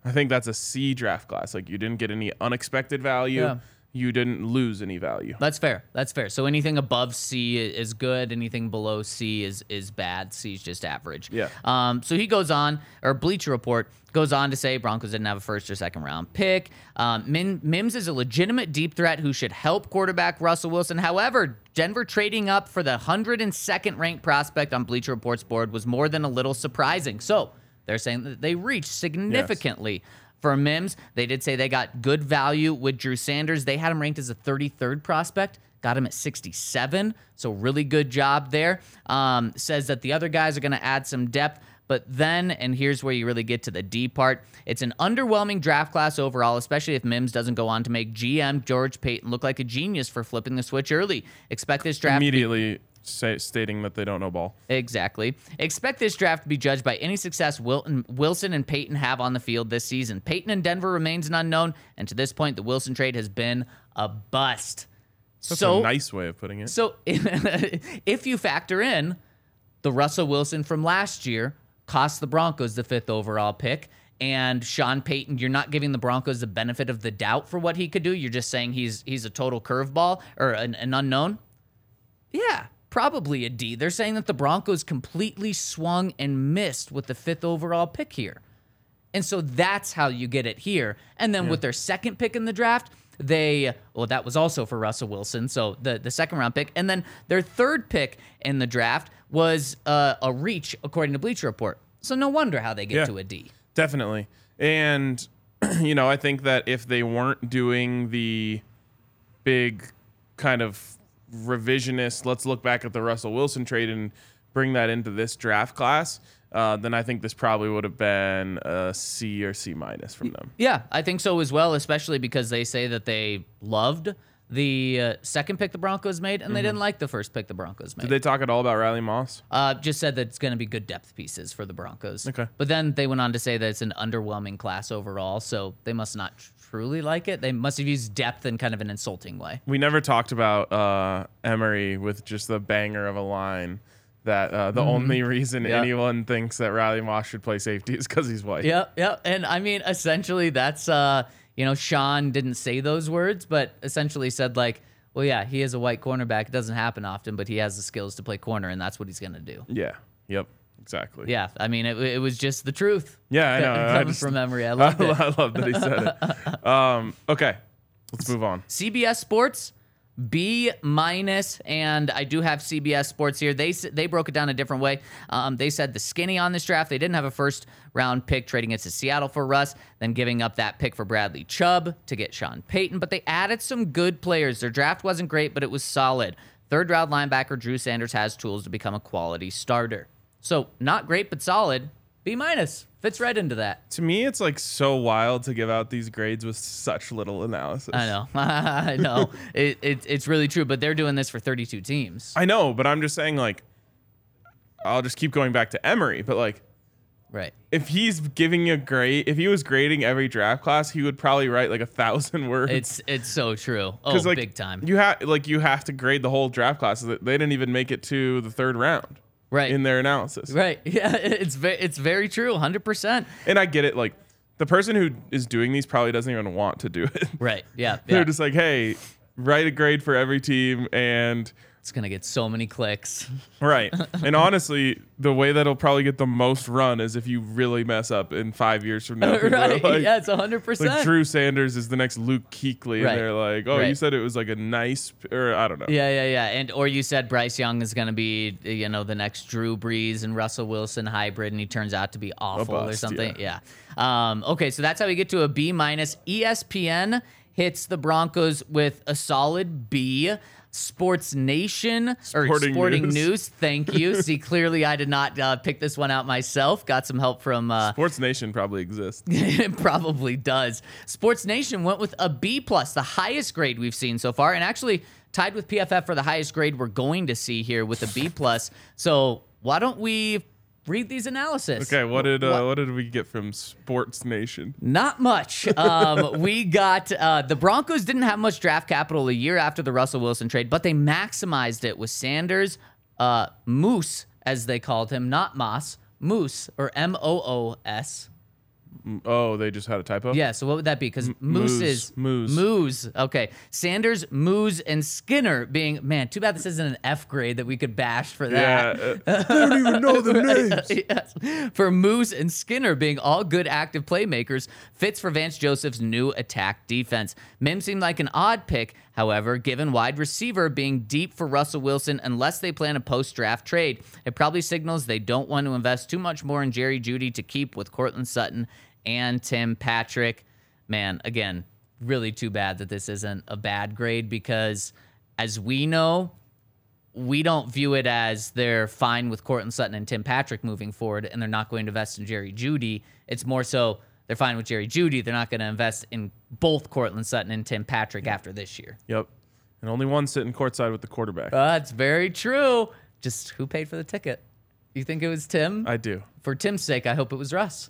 Speaker 2: I think that's a C draft class. Like you didn't get any unexpected value,
Speaker 3: Yeah.
Speaker 2: you didn't lose any value.
Speaker 3: That's fair. That's fair. So anything above C i- is good. Anything below C is is bad. C is just average.
Speaker 2: Yeah.
Speaker 3: Um. So he goes on, or Bleacher Report goes on to say Broncos didn't have a first or second round pick. Um, Min, Mims is a legitimate deep threat who should help quarterback Russell Wilson. However, Denver trading up for the 102nd ranked prospect on Bleacher Report's board was more than a little surprising. So they're saying that they reached significant significantly for Mims. They did say they got good value with Drew Sanders. They had him ranked as a 33rd prospect, got him at 67. So really good job there. Um, says that the other guys are going to add some depth, But then, and here's where you really get to the D part it's an underwhelming draft class overall, especially if Mims doesn't go on to make GM George Payton look like a genius for flipping the switch early. Expect this draft to be
Speaker 2: Immediately say, stating that they don't know ball.
Speaker 3: Exactly. Expect this draft to be judged by any success Wilton, Wilson and Peyton have on the field this season. Peyton and Denver remains an unknown, and to this point, the Wilson trade has been a bust.
Speaker 2: That's
Speaker 3: so,
Speaker 2: a nice way of putting it.
Speaker 3: so (laughs) if you factor in the Russell Wilson from last year, cost the Broncos the fifth overall pick. And Sean Payton, you're not giving the Broncos the benefit of the doubt for what he could do. You're just saying he's he's a total curveball or an, an unknown. Yeah, probably a D. They're saying that the Broncos completely swung and missed with the fifth overall pick here. And so that's how you get it here. And then with their second pick in the draft, they well, that was also for Russell Wilson, so the the second round pick. And then their third pick in the draft was uh, a reach, according to Bleacher Report. So no wonder how they get
Speaker 2: Yeah.
Speaker 3: to a D.
Speaker 2: Definitely. And, (clears throat) you know, I think that if they weren't doing the big kind of revisionist, let's look back at the Russell Wilson trade and bring that into this draft class, uh, then I think this probably would have been a C or C minus from them.
Speaker 3: Yeah, I think so as well, especially because they say that they loved the uh, second pick the Broncos made, and they didn't like the first pick the Broncos made.
Speaker 2: Did they talk at all about Riley Moss?
Speaker 3: Uh, just said that it's going to be good depth pieces for the Broncos.
Speaker 2: Okay.
Speaker 3: But then they went on to say that it's an underwhelming class overall, so they must not truly like it. They must have used depth in kind of an insulting way.
Speaker 2: We never talked about uh, Emery with just the banger of a line that uh, the only reason
Speaker 3: Mm-hmm. Yeah.
Speaker 2: anyone thinks that Riley Moss should play safety is because he's white.
Speaker 3: Yep, yep. And I mean, essentially, that's, uh, you know, Sean didn't say those words, but essentially said, like, well, yeah, he is a white cornerback. It doesn't happen often, but he has the skills to play corner, and that's what he's going to do.
Speaker 2: Yeah. Yep. Exactly.
Speaker 3: Yeah, I mean, it, it was just the truth. (laughs)
Speaker 2: Yeah, I know. I
Speaker 3: Coming
Speaker 2: just-
Speaker 3: from memory, (laughs)
Speaker 2: (laughs)
Speaker 3: I
Speaker 2: I
Speaker 3: loved it.
Speaker 2: love, that he said it.
Speaker 3: (laughs)
Speaker 2: Um, okay, let's move on.
Speaker 3: CBS Sports B minus, and I do have CBS Sports here. They s- they broke it down a different way. Um, they said the skinny on this draft. They didn't have a first round pick, trading it to Seattle for Russ, then giving up that pick for Bradley Chubb to get Sean Payton. But they added some good players. Their draft wasn't great, but it was solid. Third round linebacker Drew Sanders has tools to become a quality starter. So not great, but solid. B minus fits right into that.
Speaker 2: To me, it's like so wild to give out these grades with such little analysis.
Speaker 3: I know, (laughs) I know. (laughs) It, it, it's really true, but they're doing this for 32 teams,
Speaker 2: I know, but I'm just saying, like, I'll just keep going back to Emery, but like,
Speaker 3: right?
Speaker 2: if he's giving a grade, if he was grading every draft class, he would probably write like a thousand (laughs) words.
Speaker 3: It's it's so true.
Speaker 2: (laughs)
Speaker 3: Oh,
Speaker 2: 'Cause, like,
Speaker 3: big time.
Speaker 2: You have like you have to grade the whole draft class. They didn't even make it to the third round,
Speaker 3: Right.
Speaker 2: In their analysis,
Speaker 3: right. (laughs) Yeah. It's very it's very true. Hundred percent.
Speaker 2: and I get it. Like, the person who is doing these probably doesn't even want to do it. (laughs)
Speaker 3: Right. Yeah.
Speaker 2: They're
Speaker 3: yeah.
Speaker 2: just like, hey, write a grade for every team,
Speaker 3: (laughs)
Speaker 2: and
Speaker 3: it's gonna get so many clicks. (laughs)
Speaker 2: right. and honestly, the way that'll probably get the most run is if you really mess up in five years from
Speaker 3: (laughs)
Speaker 2: now. people are
Speaker 3: right.
Speaker 2: Like,
Speaker 3: yeah. It's hundred
Speaker 2: like
Speaker 3: percent.
Speaker 2: Drew Sanders is the next Luke Kuechly,
Speaker 3: Right.
Speaker 2: and they're like, oh, you
Speaker 3: Right.
Speaker 2: said it was like a nice, p- or I don't know.
Speaker 3: Yeah. Yeah. Yeah. And or you said Bryce Young is gonna be you know the next Drew Brees and Russell Wilson hybrid, and he turns out to be awful or
Speaker 2: bust,
Speaker 3: something. Yeah. Um, okay. So that's how we get to a B minus. E ESPN hits the Broncos with a solid B. Sports Nation
Speaker 2: Sporting
Speaker 3: or Sporting
Speaker 2: News.
Speaker 3: News. Thank
Speaker 2: (laughs)
Speaker 3: you. See, clearly I did not uh, pick this one out myself. Got some help from uh,
Speaker 2: Sports Nation probably exists.
Speaker 3: it (laughs) probably does. Sports Nation went with a B plus, the highest grade we've seen so far, and actually tied with PFF for the highest grade we're going to see here with a B plus. So why don't we read these analysis?
Speaker 2: Okay, what did uh, what? did we get from Sports Nation?
Speaker 3: Not much. Um, (laughs) we got uh, the Broncos didn't have much draft capital a year after the Russell Wilson trade, but they maximized it with Sanders, uh, Moose as they called him, not Moss, Moose or M O O S.
Speaker 2: Oh, they just had a typo.
Speaker 3: Yeah, so what would that be? Because Moose
Speaker 2: Moose,
Speaker 3: is
Speaker 2: Moose.
Speaker 3: Moose. Okay, Sanders, Moose, and Skinner being man. Too bad this isn't an F grade that we could bash for that.
Speaker 2: Yeah, uh, (laughs) they don't even know
Speaker 3: (laughs)
Speaker 2: the names.
Speaker 3: Yes. For Moose and Skinner being all good active playmakers, fits for Vance Joseph's new attack defense. Mim seemed like an odd pick, however, given wide receiver being deep for Russell Wilson unless they plan a post draft trade. It probably signals they don't want to invest too much more in Jerry Judy to keep with Cortland Sutton and Tim Patrick. Man, again, really too bad that this isn't a bad grade because, as we know, we don't view it as they're fine with Cortland Sutton and Tim Patrick moving forward, and they're not going to invest in Jerry Judy. It's more so they're fine with Jerry Judy. They're not going to invest in both Cortland Sutton and Tim Patrick after this year.
Speaker 2: Yep. And only one sitting courtside with the quarterback.
Speaker 3: That's very true. Just who paid for the ticket? You think it was Tim?
Speaker 2: I do.
Speaker 3: for Tim's sake, I hope it was Russ.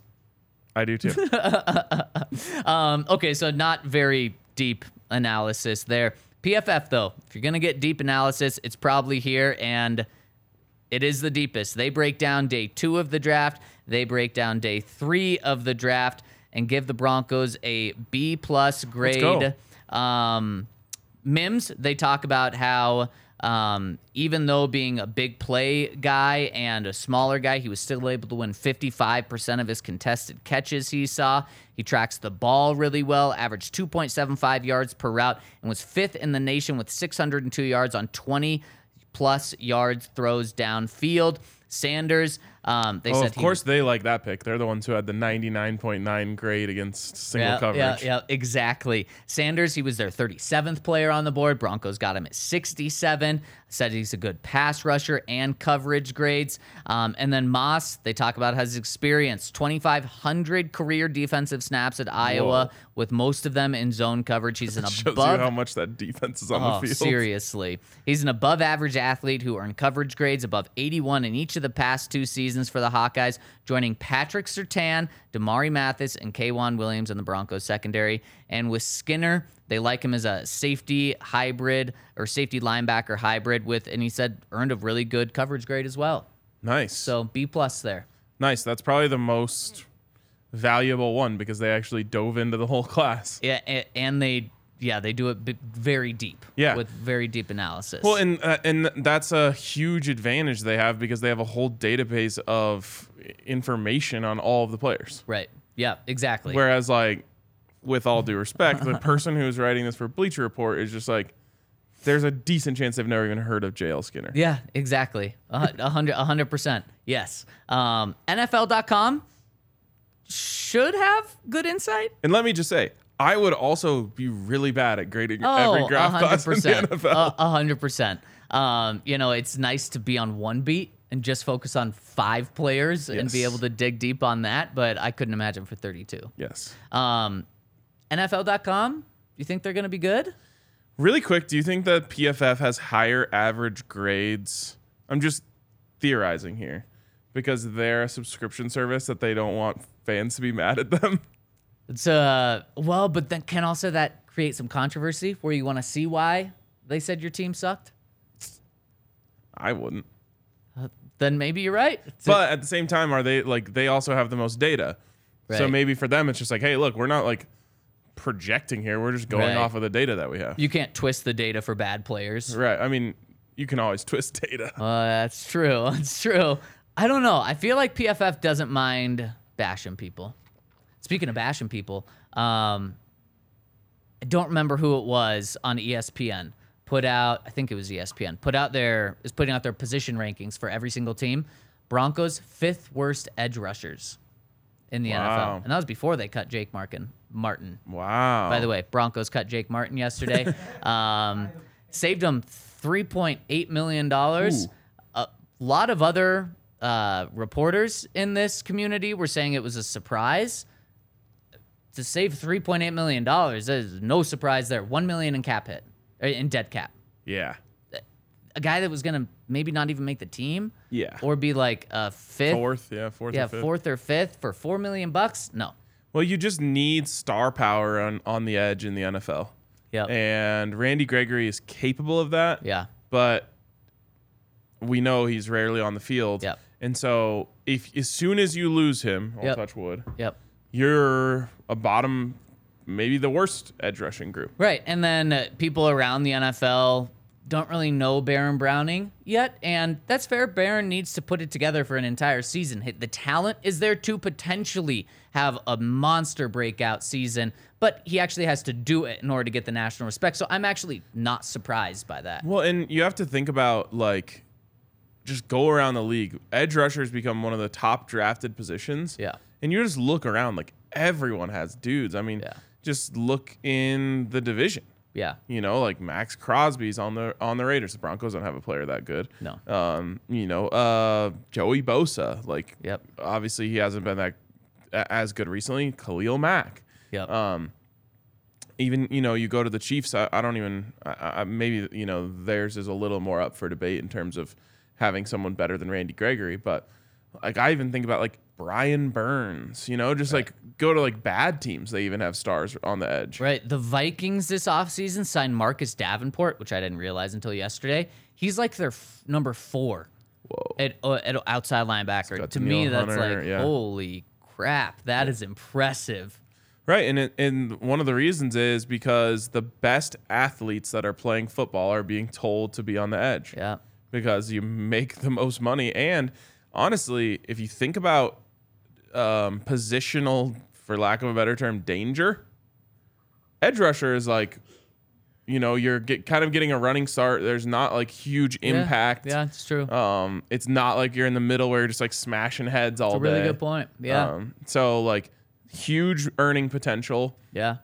Speaker 2: I do
Speaker 3: (laughs)
Speaker 2: too.
Speaker 3: Um, okay, so not very deep analysis there. PFF though, if you're gonna get deep analysis, it's probably here, and it is the deepest. They break down day two of the draft. They break down day three of the draft and give the Broncos a B plus grade. Um, Mims, they talk about how um, even though being a big play guy and a smaller guy, he was still able to win 55% of his contested catches he saw. He tracks the ball really well, averaged 2.75 yards per route, and was fifth in the nation with 602 yards on 20 plus yards throws downfield. Sanders, um, they
Speaker 2: Oh,
Speaker 3: said
Speaker 2: of
Speaker 3: he-
Speaker 2: course they like that pick. They're the ones who had the 99.9 grade against single coverage.
Speaker 3: Yeah, yeah, exactly. Sanders, he was their 37th player on the board. Broncos got him at 67. Said he's a good pass rusher and coverage grades. Um, and then Moss, they talk about his experience 2,500 career defensive snaps at Iowa, with most of them in zone
Speaker 2: (laughs)
Speaker 3: coverage. He's
Speaker 2: (laughs)
Speaker 3: an
Speaker 2: Shows you how
Speaker 3: above
Speaker 2: much that defense is on (laughs)
Speaker 3: Oh,
Speaker 2: the field.
Speaker 3: seriously. He's an above average athlete who earned coverage grades above 81 in each of the past two seasons for the Hawkeyes, joining Patrick Sertan, Damari Mathis, and Kwan Williams in the Broncos secondary. And with Skinner, they like him as a safety hybrid or safety linebacker hybrid with, and he said earned a really good coverage grade as well.
Speaker 2: Nice.
Speaker 3: So B plus there.
Speaker 2: nice. That's probably the most valuable one because they actually dove into the whole (laughs) class.
Speaker 3: Yeah, a- and they yeah they do it b- very deep.
Speaker 2: Yeah.
Speaker 3: with very deep analysis.
Speaker 2: Well, and uh, and that's a huge advantage they have because they have a whole database of information on all of the players.
Speaker 3: right. Yeah, exactly.
Speaker 2: Whereas, like, with all due respect,
Speaker 3: (laughs)
Speaker 2: the person who's writing this for Bleacher Report is just like, there's a decent chance they've never even heard of J.L. Skinner.
Speaker 3: Yeah, exactly. A hun- a hundred, a hundred percent. Yes. Um, NFL.com should have good insight.
Speaker 2: And let me just say, I would also be really bad at grading
Speaker 3: Oh,
Speaker 2: every
Speaker 3: a
Speaker 2: draft
Speaker 3: hundred
Speaker 2: class in
Speaker 3: percent. Uh,
Speaker 2: the NFL.
Speaker 3: A a hundred percent. Um, you know, it's nice to be on one beat and just focus on five players and be
Speaker 2: Yes.
Speaker 3: able to dig deep on that. But I couldn't imagine for 32.
Speaker 2: Yes.
Speaker 3: Um, NFL.com, you think they're going to be good?
Speaker 2: Really quick, do you think that PFF has higher average grades? I'm just theorizing here because they're a subscription service that they don't want fans to be mad at them. (laughs)
Speaker 3: It's uh well, but then can also that create some controversy where you want to see why they said your team sucked?
Speaker 2: I wouldn't.
Speaker 3: Then maybe you're right. It's a-
Speaker 2: But at the same time, are they like they also have the most data? So
Speaker 3: Right.
Speaker 2: maybe for them, it's just like, hey, look, we're not like projecting here. We're just going
Speaker 3: Right.
Speaker 2: off of the data that we have.
Speaker 3: You can't twist the data for bad players.
Speaker 2: right. I mean, you can always (laughs) twist data.
Speaker 3: Uh, that's true. (laughs) That's true. I don't know. I feel like PFF doesn't mind bashing people. Speaking of bashing people, um, I don't remember who it was on E ESPN put out. I think it was E ESPN put out their is putting out their position rankings for every single team. Broncos fifth worst edge rushers in the
Speaker 2: Wow.
Speaker 3: NFL, and that was before they cut Jake Martin. Martin.
Speaker 2: Wow.
Speaker 3: By the way, Broncos cut Jake
Speaker 2: (laughs)
Speaker 3: Martin yesterday. um, saved him three point eight million dollars. A lot of other uh, reporters in this community were saying it was a surprise to save three point eight million dollars. There's no surprise there. One million in cap hit, uh, in dead cap.
Speaker 2: yeah.
Speaker 3: A guy that was gonna maybe not even make the team.
Speaker 2: Yeah.
Speaker 3: Or be like a fifth.
Speaker 2: Fourth, yeah, fourth.
Speaker 3: Yeah,
Speaker 2: or fifth.
Speaker 3: fourth or fifth for four million bucks. No.
Speaker 2: Well, you just need star power on, on the edge in the NFL.
Speaker 3: Yep.
Speaker 2: And Randy Gregory is capable of that.
Speaker 3: yeah.
Speaker 2: But we know he's rarely on the field.
Speaker 3: Yep.
Speaker 2: And so if as soon as you lose him, I'll
Speaker 3: Yep.
Speaker 2: touch wood,
Speaker 3: Yep.
Speaker 2: you're a bottom, maybe the worst edge rushing group.
Speaker 3: Right. And then uh, people around the NFL don't really know Baron Browning yet. And that's fair. Baron needs to put it together for an entire season. Hit- The talent is there to potentially have a monster breakout season, but he actually has to do it in order to get the national respect. So I'm actually not surprised by that.
Speaker 2: Well, and you have to think about like just go around the league. Edge rushers become one of the top drafted positions.
Speaker 3: Yeah.
Speaker 2: And you just look around like everyone has dudes. I mean,
Speaker 3: Yeah.
Speaker 2: just look in the division.
Speaker 3: Yeah.
Speaker 2: You know, like Max Crosby's on the on the Raiders. The Broncos don't have a player that good.
Speaker 3: No.
Speaker 2: Um, you know, uh, Joey Bosa. Like,
Speaker 3: Yep.
Speaker 2: Obviously, he hasn't been that a- as good recently. Khalil Mack.
Speaker 3: Yep.
Speaker 2: Um, even you know, you go to the Chiefs. I, I don't even. I, I, maybe you know theirs is a little more up for debate in terms of having someone better than Randy Gregory. But like I even think about like Brian Burns. You know, just like go to like bad teams. They even have stars on the edge.
Speaker 3: Right. The Vikings this offseason signed Marcus Davenport, which I didn't realize until yesterday. He's like their f- number four at, uh, at outside linebacker.
Speaker 2: got
Speaker 3: To me,
Speaker 2: Daniil
Speaker 3: that's
Speaker 2: Hunter,
Speaker 3: like,
Speaker 2: yeah.
Speaker 3: holy crap. That is impressive.
Speaker 2: Right, and it, and one of the reasons is because the best athletes that are playing football are being told to be on the edge.
Speaker 3: Yeah.
Speaker 2: because you make the most money, and honestly, if you think about um, positional, for lack of a better term, danger, edge rusher is like, you know, you're get, kind of getting a running start. There's not like huge
Speaker 3: Yeah.
Speaker 2: impact.
Speaker 3: Yeah, it's true. It's
Speaker 2: Um, it's not like you're in the middle where you're just like smashing heads all
Speaker 3: a really
Speaker 2: day.
Speaker 3: good point. Yeah.
Speaker 2: Um, so like huge earning potential
Speaker 3: yeah.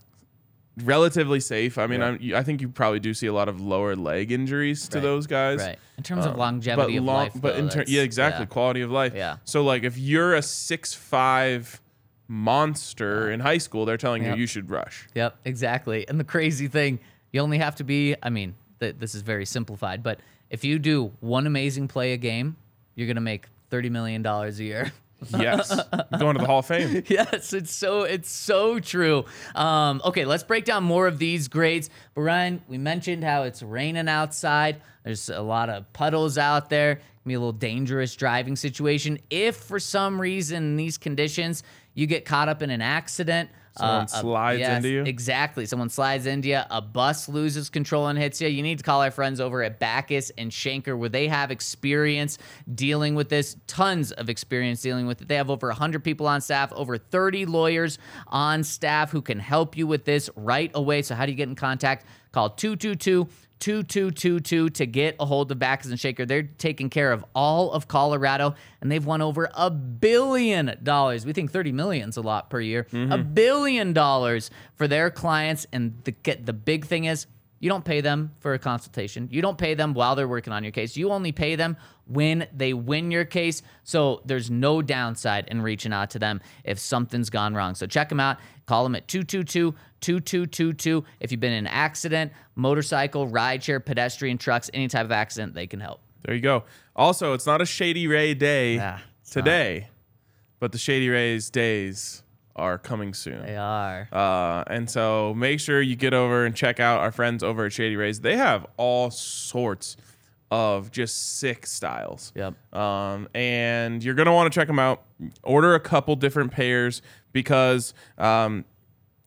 Speaker 2: relatively safe. I mean, I'm, you- I think you probably do see a lot of lower leg injuries to
Speaker 3: Right.
Speaker 2: those guys.
Speaker 3: Right. In terms of
Speaker 2: Um,
Speaker 3: longevity of
Speaker 2: long-
Speaker 3: life.
Speaker 2: but
Speaker 3: though,
Speaker 2: in ter-
Speaker 3: that's-
Speaker 2: yeah, exactly,
Speaker 3: yeah.
Speaker 2: quality of life.
Speaker 3: Yeah.
Speaker 2: So like, if you're a six five monster in high school, they're telling
Speaker 3: Yep.
Speaker 2: you you should
Speaker 3: (laughs)
Speaker 2: rush.
Speaker 3: Yep, exactly. And the crazy thing, you only have to be, I mean, th- this is very simplified, but if you do one amazing play a game, you're going to make $30 million a year. (laughs)
Speaker 2: Yes, going to the Hall of Fame.
Speaker 3: yes, it's so it's so true. Um, okay, let's break down more of these grades. But Ryan, we mentioned how it's raining outside. There's a lot of puddles out there. Can be a little dangerous driving situation. If for some reason in these conditions you get caught up in an accident,
Speaker 2: Someone
Speaker 3: uh, a-
Speaker 2: slides into you?
Speaker 3: Exactly. Someone slides into you. A bus loses control and hits you. You need to call our friends over at Bacchus and Shanker, where they have experience dealing with this, tons of experience dealing with it. They have over 100 people on staff, over 30 lawyers on staff who can help you with this right away. So, how do you get in contact? Call 222 2222 to get a hold of Backus and Shaker. They're taking care of all of Colorado and they've won over a billion dollars. We think 30 million's a lot per year. A billion dollars for their clients and the get the big thing is you don't pay them for a consultation. You don't pay them while they're working on your case. You only pay them when they win your case. So there's no downside in reaching out to them if something's gone wrong. So check them out. Call them at 222 2222. If you've been in an accident, motorcycle, rideshare, pedestrian, trucks, any type of accident, they can help.
Speaker 2: There you go. Also, it's not a Shady Ray day
Speaker 3: Nah, it's not.
Speaker 2: today, but the Shady Rays days are coming soon.
Speaker 3: They are.
Speaker 2: Uh, and so make sure you get over and check out our friends over at Shady Rays. They have all sorts of just sick styles.
Speaker 3: Yep.
Speaker 2: Um, and you're going to want to check them out. Order a couple different pairs because um,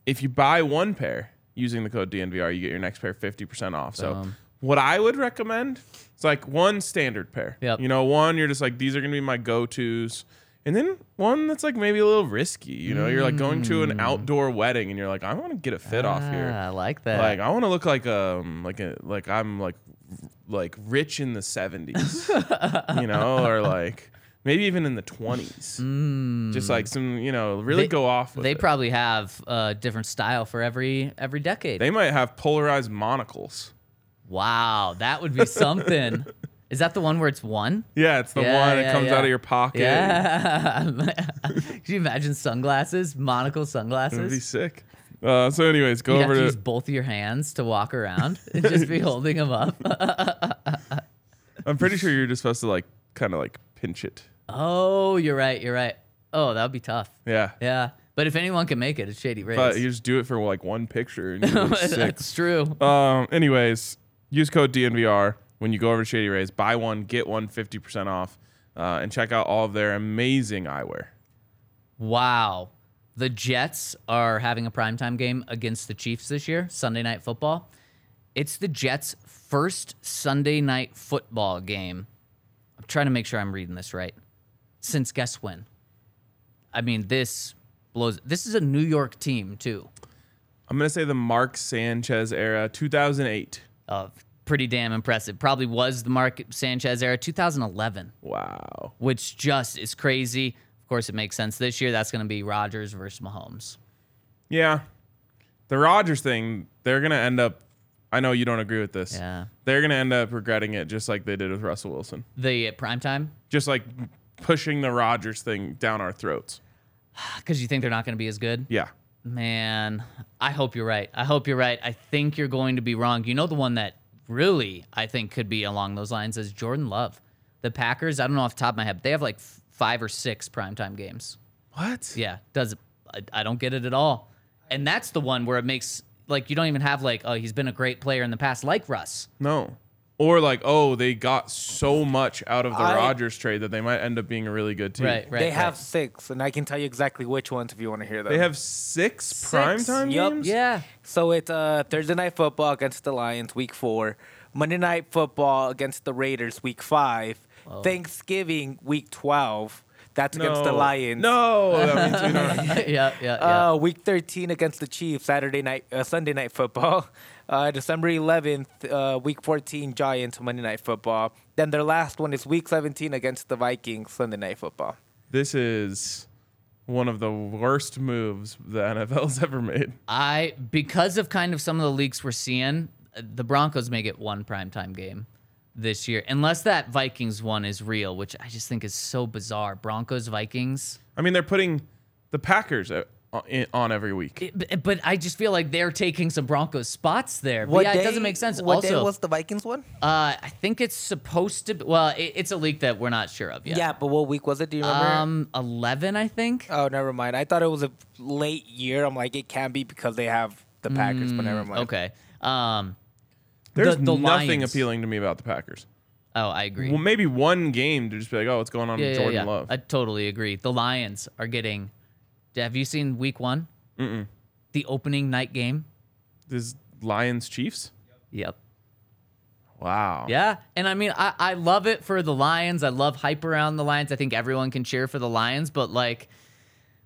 Speaker 2: if you buy one pair using the code DNVR, you get your next pair 50% off. So what I would recommend is like one standard pair.
Speaker 3: Yep.
Speaker 2: You know, one you're just like these are going to be my go-tos. And then one that's like maybe a little risky. You know, you're like going to
Speaker 3: Mm.
Speaker 2: an outdoor wedding and you're like I want to get a fit off here.
Speaker 3: Ah, I like that.
Speaker 2: Like I want to look like um like a like I'm like r- like rich in the
Speaker 3: (laughs)
Speaker 2: 70s, you know, or like maybe even in the 20s. Just like some, you know, really
Speaker 3: Mm. They-
Speaker 2: go off. With
Speaker 3: they
Speaker 2: it.
Speaker 3: probably have a different style for every every decade.
Speaker 2: They might have polarized monocles.
Speaker 3: wow, that would
Speaker 2: (laughs)
Speaker 3: be something. Is that the one where it's one?
Speaker 2: Yeah, it's the
Speaker 3: Yeah,
Speaker 2: one
Speaker 3: yeah,
Speaker 2: that comes
Speaker 3: yeah.
Speaker 2: out of your pocket.
Speaker 3: Yeah.
Speaker 2: (laughs)
Speaker 3: Can you imagine sunglasses, monocle
Speaker 2: That'd be
Speaker 3: sunglasses?
Speaker 2: sick. Uh, so, anyways, go
Speaker 3: You'd have
Speaker 2: over
Speaker 3: to
Speaker 2: to.
Speaker 3: use both of your hands to walk around (laughs) and just be holding them up. (laughs)
Speaker 2: I'm pretty sure you're just supposed to like kind of like pinch it.
Speaker 3: Oh, you're right. You're right. Oh, that would be tough.
Speaker 2: Yeah.
Speaker 3: Yeah. But if anyone can make it, it's Shady Rays. (laughs)
Speaker 2: But you just do it for like one picture. And you're really sick.
Speaker 3: That's true.
Speaker 2: Um, anyways, use code DNVR when you go over to Shady Rays. Buy one, get one 50% off, uh, and check out all of their amazing eyewear.
Speaker 3: Wow. The Jets are having a primetime game against the Chiefs this year, Sunday night football. It's the Jets' first Sunday night football game. I'm trying to make sure I'm reading this right. Since guess when? I mean, this blows. This is a New York team, too.
Speaker 2: I'm going to say the Mark Sanchez era, 2008.
Speaker 3: Uh, pretty damn impressive. Probably was the Mark Sanchez era, 2011.
Speaker 2: Wow.
Speaker 3: which just is crazy. Of course, it makes sense this year. That's going to be Rodgers versus Mahomes.
Speaker 2: Yeah. The Rodgers thing, they're going to end up I know you don't agree with this.
Speaker 3: Yeah.
Speaker 2: They're going to end up regretting it just like they did with Russell Wilson.
Speaker 3: The prime time
Speaker 2: Just like pushing the Rodgers thing down our throats.
Speaker 3: because you think they're not going to be as good.
Speaker 2: Yeah.
Speaker 3: Man, I hope you're right. I hope you're right. I think you're going to be wrong. You know, the one that really I think could be along those lines is Jordan Love. The Packers, I don't know off the top of my head, but they have like f- five or six primetime games.
Speaker 2: What?
Speaker 3: Yeah, does I, I don't get it at all. And that's the one where it makes like you don't even have like, oh, he's been a great player in the past, like Russ.
Speaker 2: No. Or like, oh, they got so much out of the
Speaker 4: I-
Speaker 2: Rodgers trade that they might end up being a really good team.
Speaker 3: Right, right.
Speaker 4: they
Speaker 3: right.
Speaker 4: have six, and I can tell you exactly which ones if you want to hear them.
Speaker 2: They have six, primetime
Speaker 4: Yup.
Speaker 2: games?
Speaker 3: Yeah. (laughs)
Speaker 4: So it's uh, Thursday night football against the Lions, week four. Monday night football against the Raiders, week five. Thanksgiving, week twelve. That's against the
Speaker 2: No.
Speaker 4: Lions.
Speaker 2: No,
Speaker 3: (laughs)
Speaker 2: that means we don't.
Speaker 3: yeah, yeah, yeah.
Speaker 4: Uh, week 13 against the Chiefs, Saturday night, uh, Sunday night football. (laughs) Uh, December 11th, uh, week 14, Giants, Monday night football. Then their last one is week 17 against the Vikings, Sunday night football.
Speaker 2: This is one of the worst moves the NFL's ever made.
Speaker 3: I because of kind of some of the leaks we're seeing, uh, the Broncos may get one primetime game this year, unless that Vikings one is real, which I just think is so bizarre. Broncos Vikings,
Speaker 2: I mean, they're putting the Packers uh, in- on every week.
Speaker 3: It- b- but I just feel like they're taking some Broncos spots there. But
Speaker 4: What
Speaker 3: yeah,
Speaker 4: day-
Speaker 3: it doesn't make sense.
Speaker 4: What day
Speaker 3: also,
Speaker 4: was the Vikings one?
Speaker 3: uh, I think it's supposed to. Be, well, it, it's a leak that we're not sure of yet.
Speaker 4: yeah, but what week was it? Do you remember?
Speaker 3: Um, eleven, I think.
Speaker 4: Oh, never mind. I thought it was a late year. I'm like, it can be because they have the Packers, but never mind.
Speaker 3: Mm, Okay. Um.
Speaker 2: There's
Speaker 3: the, the
Speaker 2: nothing
Speaker 3: Lions.
Speaker 2: appealing to me about the Packers.
Speaker 3: Oh, I agree.
Speaker 2: Well, maybe one game to just be like, oh, what's going on
Speaker 3: Yeah,
Speaker 2: with
Speaker 3: yeah,
Speaker 2: Jordan
Speaker 3: yeah.
Speaker 2: Love?
Speaker 3: I totally agree. The Lions are getting. Have you seen Week One? Mm-mm. The opening night game.
Speaker 2: this Lions Chiefs?
Speaker 3: Yep.
Speaker 2: Wow.
Speaker 3: Yeah, and I mean, I, I love it for the Lions. I love hype around the Lions. I think everyone can cheer for the Lions, but like,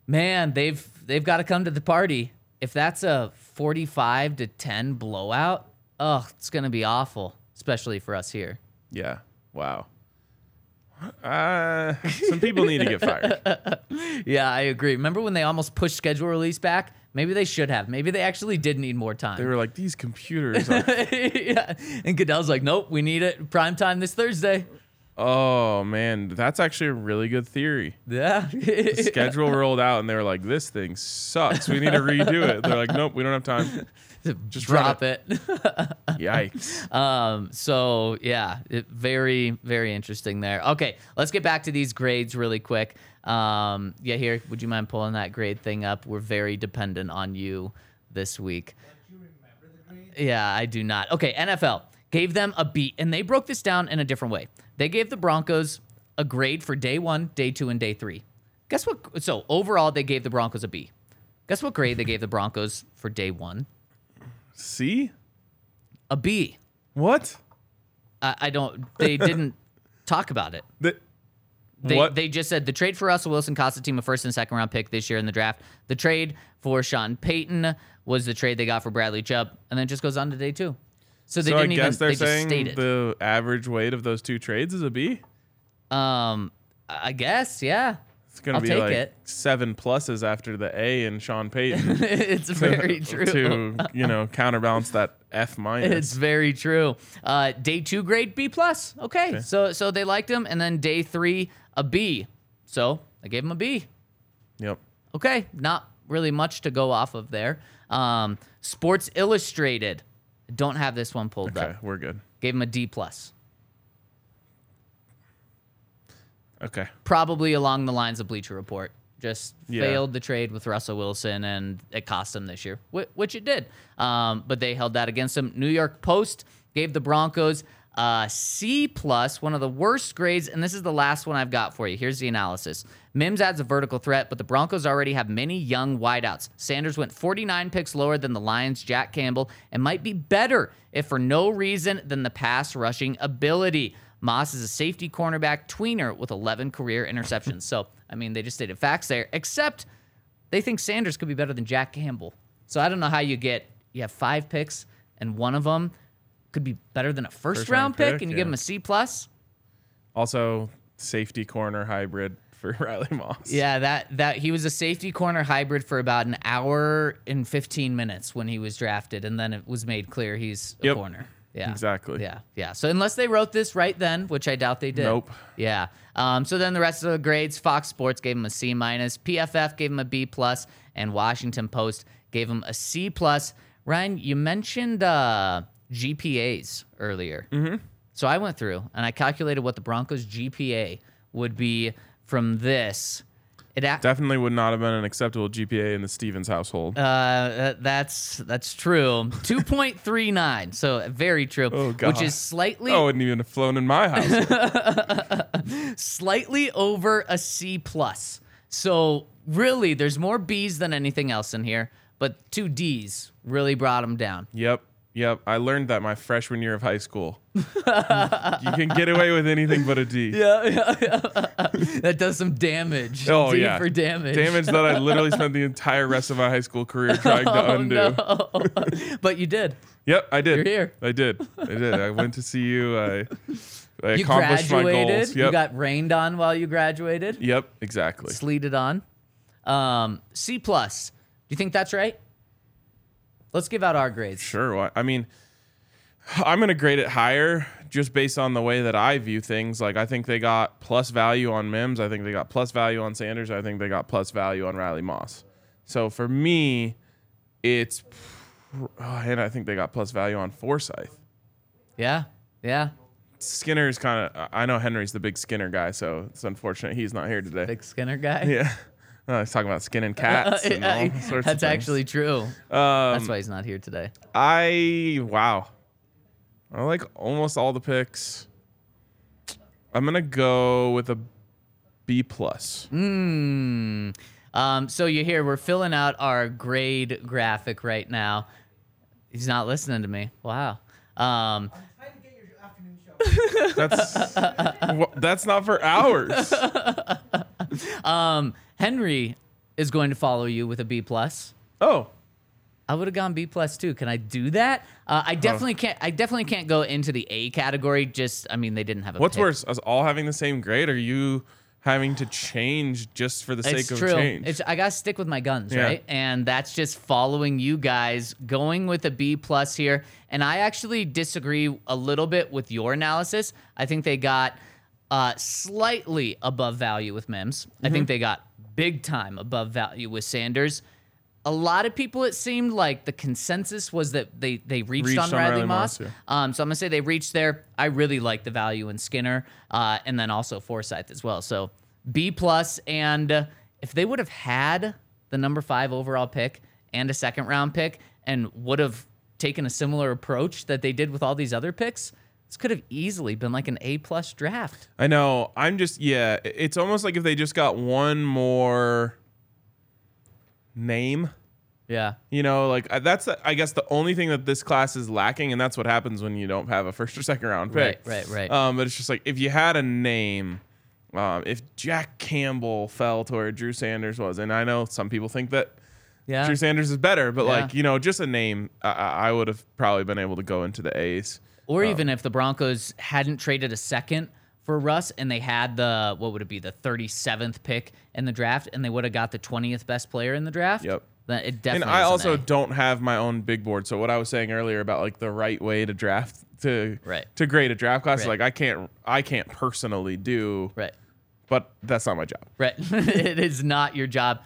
Speaker 3: man, they've they've got to come to the party. If that's a forty-five to ten blowout, oh, it's gonna be awful, especially for us here.
Speaker 2: Yeah. Wow. Uh, some people need to get
Speaker 3: (laughs)
Speaker 2: fired.
Speaker 3: Yeah, I agree. Remember when they almost pushed schedule release back? Maybe they should have. Maybe they actually did need more time.
Speaker 2: They were like, these computers.
Speaker 3: (laughs)
Speaker 2: Are,
Speaker 3: yeah. And Goodell's like, nope, we need it prime time this Thursday.
Speaker 2: oh man, that's actually a really good theory.
Speaker 3: Yeah.
Speaker 2: The schedule rolled out, and they were like, this thing sucks. We need to redo it. They're like, nope, we don't have
Speaker 3: (laughs)
Speaker 2: time.
Speaker 3: Just
Speaker 2: run
Speaker 3: drop it.
Speaker 2: Yikes.
Speaker 3: Um, so, yeah, it, very, very interesting there. Okay, let's get back to these grades really quick. Um, yeah, here, would you mind pulling that grade thing up? We're very dependent on you this week. Yeah, I do not. Okay, NFL gave them a beat, and they broke this down in a different way. They gave the Broncos a grade for day one, day two, and day three. Guess what? So overall, they gave the Broncos a B. Guess what grade they gave the Broncos for day one?
Speaker 2: See
Speaker 3: A B.
Speaker 2: what?
Speaker 3: I, I don't. They didn't talk about it.
Speaker 2: The,
Speaker 3: They,
Speaker 2: what?
Speaker 3: they just said the trade for Russell Wilson cost the team a first and second round pick this year in the draft. The trade for Sean Payton was the trade they got for Bradley Chubb, and then it just goes on to day two. So they
Speaker 2: so I
Speaker 3: didn't
Speaker 2: guess
Speaker 3: even.
Speaker 2: they're
Speaker 3: they just
Speaker 2: saying
Speaker 3: stated.
Speaker 2: the average weight of those two trades is a B.
Speaker 3: Um, I guess, yeah. (laughs)
Speaker 2: It's gonna
Speaker 3: I'll
Speaker 2: be
Speaker 3: take
Speaker 2: like
Speaker 3: it.
Speaker 2: seven pluses after the A in Sean
Speaker 3: (laughs)
Speaker 2: Payton (laughs)
Speaker 3: it's very true.
Speaker 2: to you know counterbalance that F minus.
Speaker 3: It's very true. Uh, day two grade B plus. Okay. so so they liked him, and then day three a B. So I gave him a B.
Speaker 2: Yep.
Speaker 3: Okay, not really much to go off of there. Um, Sports Illustrated. Don't have this one pulled
Speaker 2: Okay,
Speaker 3: up.
Speaker 2: we're good.
Speaker 3: Gave him a D plus.
Speaker 2: Okay.
Speaker 3: probably along the lines of Bleacher Report. Just
Speaker 2: Yeah.
Speaker 3: failed the trade with Russell Wilson, and it cost them this year, whi- which it did. Um, but they held that against them. New York Post gave the Broncos a C plus, one of the worst grades, and this is the last one I've got for you. Here's the analysis: Mims adds a vertical threat, but the Broncos already have many young wideouts. Sanders went 49 picks lower than the Lions' Jack Campbell, and might be better if for no reason than the pass rushing ability. Moss is a safety cornerback tweener with 11 career interceptions. so, I mean, they just stated facts there, except they think Sanders could be better than Jack Campbell. So, I don't know how you get, you have five picks, and one of them could be better than a first,
Speaker 2: First-round
Speaker 3: round, pick,
Speaker 2: pick,
Speaker 3: and you
Speaker 2: yeah.
Speaker 3: give him a C. plus.
Speaker 2: Also, safety corner hybrid for (laughs) Riley Moss.
Speaker 3: Yeah, that that he was a safety corner hybrid for about an hour and 15 minutes when he was drafted, and then it was made clear he's a
Speaker 2: Yep.
Speaker 3: corner. Yeah,
Speaker 2: Exactly.
Speaker 3: Yeah, yeah. So unless they wrote this right then, which I doubt they did.
Speaker 2: Nope.
Speaker 3: Yeah. Um, so then the rest of the grades: Fox Sports gave him a C minus, PFF gave him a B plus, and Washington Post gave him a C plus. Ryan, you mentioned uh, GPAs earlier. Mm-hmm. So I went through and I calculated what the Broncos GPA would be from this. It ac-
Speaker 2: Definitely would not have been an acceptable GPA in the Stevens household.
Speaker 3: uh, that- that's that's true.
Speaker 2: (laughs)
Speaker 3: Two point three nine, so very true.
Speaker 2: Oh,
Speaker 3: Which
Speaker 2: God.
Speaker 3: is slightly
Speaker 2: oh, wouldn't even have flown in my
Speaker 3: (laughs)
Speaker 2: house.
Speaker 3: slightly over a C plus. So really, there's more B's than anything else in here, but two D's really brought
Speaker 2: (laughs)
Speaker 3: him down.
Speaker 2: yep. Yep. I learned that my freshman year of high
Speaker 3: (laughs)
Speaker 2: school. you can get away with anything but a D.
Speaker 3: Yeah, yeah, (laughs) that does some damage.
Speaker 2: Oh
Speaker 3: D
Speaker 2: yeah.
Speaker 3: for damage. (laughs)
Speaker 2: Damage that I literally spent the entire rest of my high school career trying to undo.
Speaker 3: Oh, No. (laughs) but you did.
Speaker 2: Yep, I did.
Speaker 3: You're here.
Speaker 2: I did. I did. I went to see you. I, I
Speaker 3: You
Speaker 2: accomplished my
Speaker 3: graduated.
Speaker 2: goals.
Speaker 3: You
Speaker 2: Yep.
Speaker 3: got rained on while you graduated.
Speaker 2: yep. Exactly.
Speaker 3: Sleeted on. Um, C plus. Do you think that's right? Let's give out our grades.
Speaker 2: Sure. Why? I mean, I'm going to grade it higher just based on the way that I view things. Like, I think they got plus value on Mims. I think they got plus value on Sanders. I think they got plus value on Riley Moss. So for me, it's. pr- Oh, and I think they got plus value on Forsyth.
Speaker 3: Yeah. Yeah.
Speaker 2: Skinner's kind of. I know Henry's the big Skinner guy, so it's unfortunate he's not here today.
Speaker 3: Big Skinner guy.
Speaker 2: (laughs)
Speaker 3: (laughs)
Speaker 2: Yeah. Uh, he's talking about skinning cats and all
Speaker 3: Yeah, (laughs)
Speaker 2: sorts of
Speaker 3: that's
Speaker 2: things. Um,
Speaker 3: actually true. that's why he's not here today.
Speaker 2: I wow. I like almost all the picks. I'm gonna go with a B
Speaker 3: (laughs)
Speaker 2: plus.
Speaker 3: Um, so you hear we're filling out our grade graphic right now. He's not listening to me. Wow. Um,
Speaker 2: That's wha- that's not for
Speaker 3: (laughs)
Speaker 2: hours.
Speaker 3: Henry is going to follow you with a B plus.
Speaker 2: Oh,
Speaker 3: I would have gone B plus too. Can I do that? Uh, I definitely can't. I definitely can't go into the A category. Just I mean they didn't have a.
Speaker 2: what's
Speaker 3: pick.
Speaker 2: worse, us all having the same grade, or you having to change just for the
Speaker 3: It's
Speaker 2: sake of
Speaker 3: true.
Speaker 2: change?
Speaker 3: It's I gotta stick with my guns,
Speaker 2: Yeah.
Speaker 3: right? And that's just following you guys, going with a B plus here. And I actually disagree a little bit with your analysis. I think they got uh, slightly above value with Mims. I
Speaker 2: Mm-hmm.
Speaker 3: think they got big time above value with Sanders. A lot of people, it seemed like the consensus was that they they reached,
Speaker 2: Reached
Speaker 3: on, Riley, Moss.
Speaker 2: yeah.
Speaker 3: Um, so I'm gonna say they reached there. I really like the value in Skinner, uh, and then also Forsyth as well. So B plus, and uh, if they would have had the number five overall pick and a second round pick, and would have taken a similar approach that they did with all these other picks, this could have easily been like an A plus draft.
Speaker 2: I know. I'm just yeah. i- It's almost like if they just got one more name.
Speaker 3: Yeah,
Speaker 2: You know, like I- that's I guess the only thing that this class is lacking, and that's what happens when you don't have a first or second round pick.
Speaker 3: Right, right, right.
Speaker 2: Um, but it's just like if you had a name, um, if Jack Campbell fell to where Drew Sanders was, and I know some people think that
Speaker 3: yeah.
Speaker 2: Drew Sanders is better, but
Speaker 3: Yeah.
Speaker 2: like you know, just a name, I, I I would have probably been able to go into the A's.
Speaker 3: Or even if the Broncos hadn't traded a second for Russ and they had the what would it be the 37th pick in the draft and they would have got the 20th best player in the draft.
Speaker 2: Yep.
Speaker 3: Then it definitely.
Speaker 2: and I
Speaker 3: is an
Speaker 2: also
Speaker 3: A.
Speaker 2: don't have my own big board. So what I was saying earlier about like the right way to draft to
Speaker 3: Right.
Speaker 2: to grade a draft class, is like
Speaker 3: Right.
Speaker 2: I can't I can't personally do,
Speaker 3: right,
Speaker 2: but that's not my job.
Speaker 3: right. it is not your job.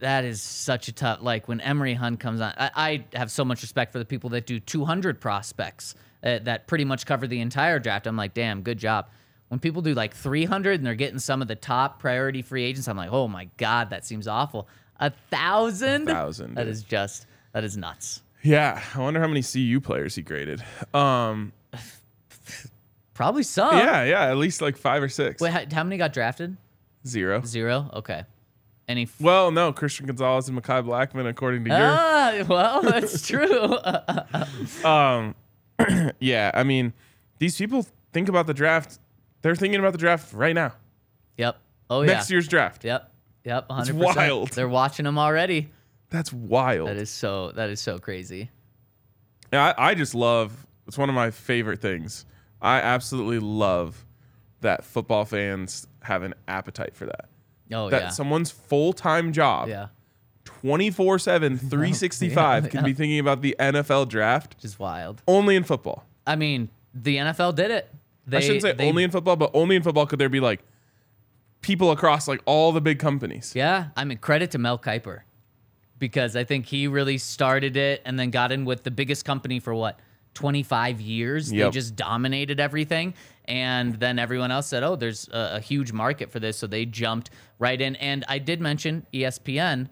Speaker 3: That is such a tough. Like when Emery Hunt comes on, I, I have so much respect for the people that do 200 prospects uh, that pretty much cover the entire draft. I'm like, damn, good job. When people do like 300 and they're getting some of the top priority free agents, I'm like, oh my god, that seems awful. A thousand.
Speaker 2: thousand.
Speaker 3: (laughs) That
Speaker 2: dude.
Speaker 3: is just that is nuts.
Speaker 2: Yeah, I wonder how many CU players he graded. Um,
Speaker 3: Probably some.
Speaker 2: yeah, yeah, at least like five or six.
Speaker 3: Wait, how, how many got drafted?
Speaker 2: Zero.
Speaker 3: Zero. Okay. Any? F-
Speaker 2: Well, no, Christian Gonzalez and Makai Blackman, according to
Speaker 3: ah, well, (laughs) that's true.
Speaker 2: your. Yeah, I mean, these people think about the draft. They're thinking about the draft right now.
Speaker 3: yep. Oh yeah.
Speaker 2: Next year's draft.
Speaker 3: Yep. Yep. 100%.
Speaker 2: wild.
Speaker 3: They're watching them already.
Speaker 2: That's wild.
Speaker 3: That is so. That is so crazy.
Speaker 2: And I, I just love. It's one of my favorite things. I absolutely love that football fans have an appetite for that.
Speaker 3: Oh
Speaker 2: that
Speaker 3: yeah.
Speaker 2: someone's full time job,
Speaker 3: yeah.
Speaker 2: 24
Speaker 3: (laughs)
Speaker 2: 7, 365,
Speaker 3: yeah,
Speaker 2: can be thinking about the NFL draft
Speaker 3: Just wild.
Speaker 2: only in football.
Speaker 3: I mean, the NFL did it. They,
Speaker 2: I shouldn't say
Speaker 3: they-
Speaker 2: only in football, but only in football could there be like people across like all the big companies.
Speaker 3: Yeah, I mean credit to Mel Kiper because I think he really started it and then got in with the biggest company for what 25 years.
Speaker 2: Yep.
Speaker 3: They just dominated everything, and then everyone else said, "Oh, there's a, a huge market for this," so they jumped right in. And I did mention E ESPN,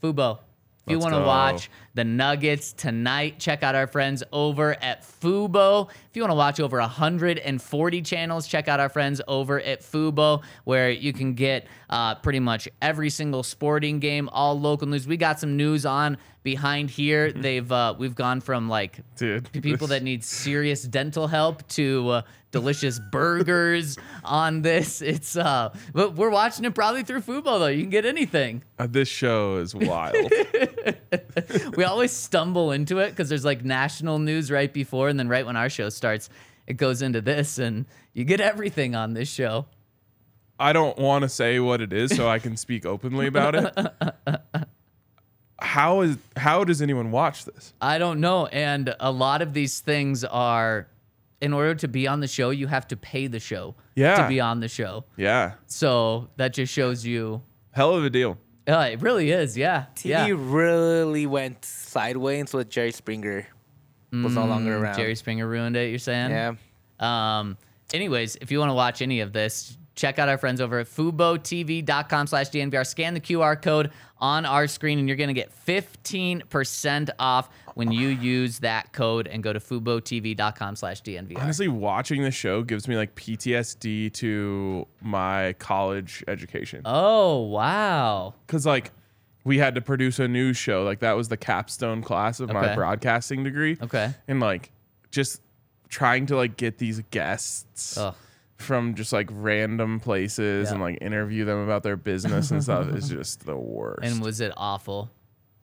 Speaker 3: Fubo. If you
Speaker 2: Let's
Speaker 3: want to
Speaker 2: go.
Speaker 3: watch the Nuggets tonight, check out our friends over at Fubo. If you want to watch over 140 channels, check out our friends over at Fubo, where you can get uh, pretty much every single sporting game, all local news. We got some news on behind here. They've uh, we've gone from like
Speaker 2: Mm-hmm. Dude,
Speaker 3: p- people
Speaker 2: this-
Speaker 3: that need serious dental help to uh, delicious
Speaker 2: (laughs)
Speaker 3: burgers on this. It's uh, but we're watching it probably through Fubo though. You can get anything
Speaker 2: Uh, this show
Speaker 3: (laughs)
Speaker 2: is wild.
Speaker 3: we always stumble into it because there's like national news right before, and then right when our show starts, it goes into this, and you get everything on this show.
Speaker 2: I don't want to say what it is so I can speak openly about it.
Speaker 3: (laughs)
Speaker 2: How is how does anyone watch this?
Speaker 3: I don't know. And a lot of these things are, in order to be on the show, you have to pay the show
Speaker 2: Yeah.
Speaker 3: to be on the show.
Speaker 2: Yeah,
Speaker 3: So that just shows you.
Speaker 2: hell of a deal.
Speaker 3: Uh, it really is, yeah.
Speaker 4: TV
Speaker 3: yeah.
Speaker 4: really went sideways with Jerry Springer was no longer around.
Speaker 3: Mm, Jerry Springer ruined it. You're saying?
Speaker 4: yeah.
Speaker 3: Um, anyways, if you want to watch any of this, check out our friends over at FuboTV.com slash DNVR. Scan the QR code on our screen, and you're going to get 15% off when you use that code and go to FuboTV.com slash DNVR.
Speaker 2: Honestly, watching this show gives me like PTSD to my college education
Speaker 3: Oh, wow.
Speaker 2: because like we had to produce a news show. Like that was the capstone class of my
Speaker 3: Okay.
Speaker 2: broadcasting degree.
Speaker 3: Okay.
Speaker 2: and like just trying to like get these guests.
Speaker 3: Ugh.
Speaker 2: From just like random places and like interview them about their business and stuff
Speaker 3: (laughs)
Speaker 2: is just the worst.
Speaker 3: And was it awful?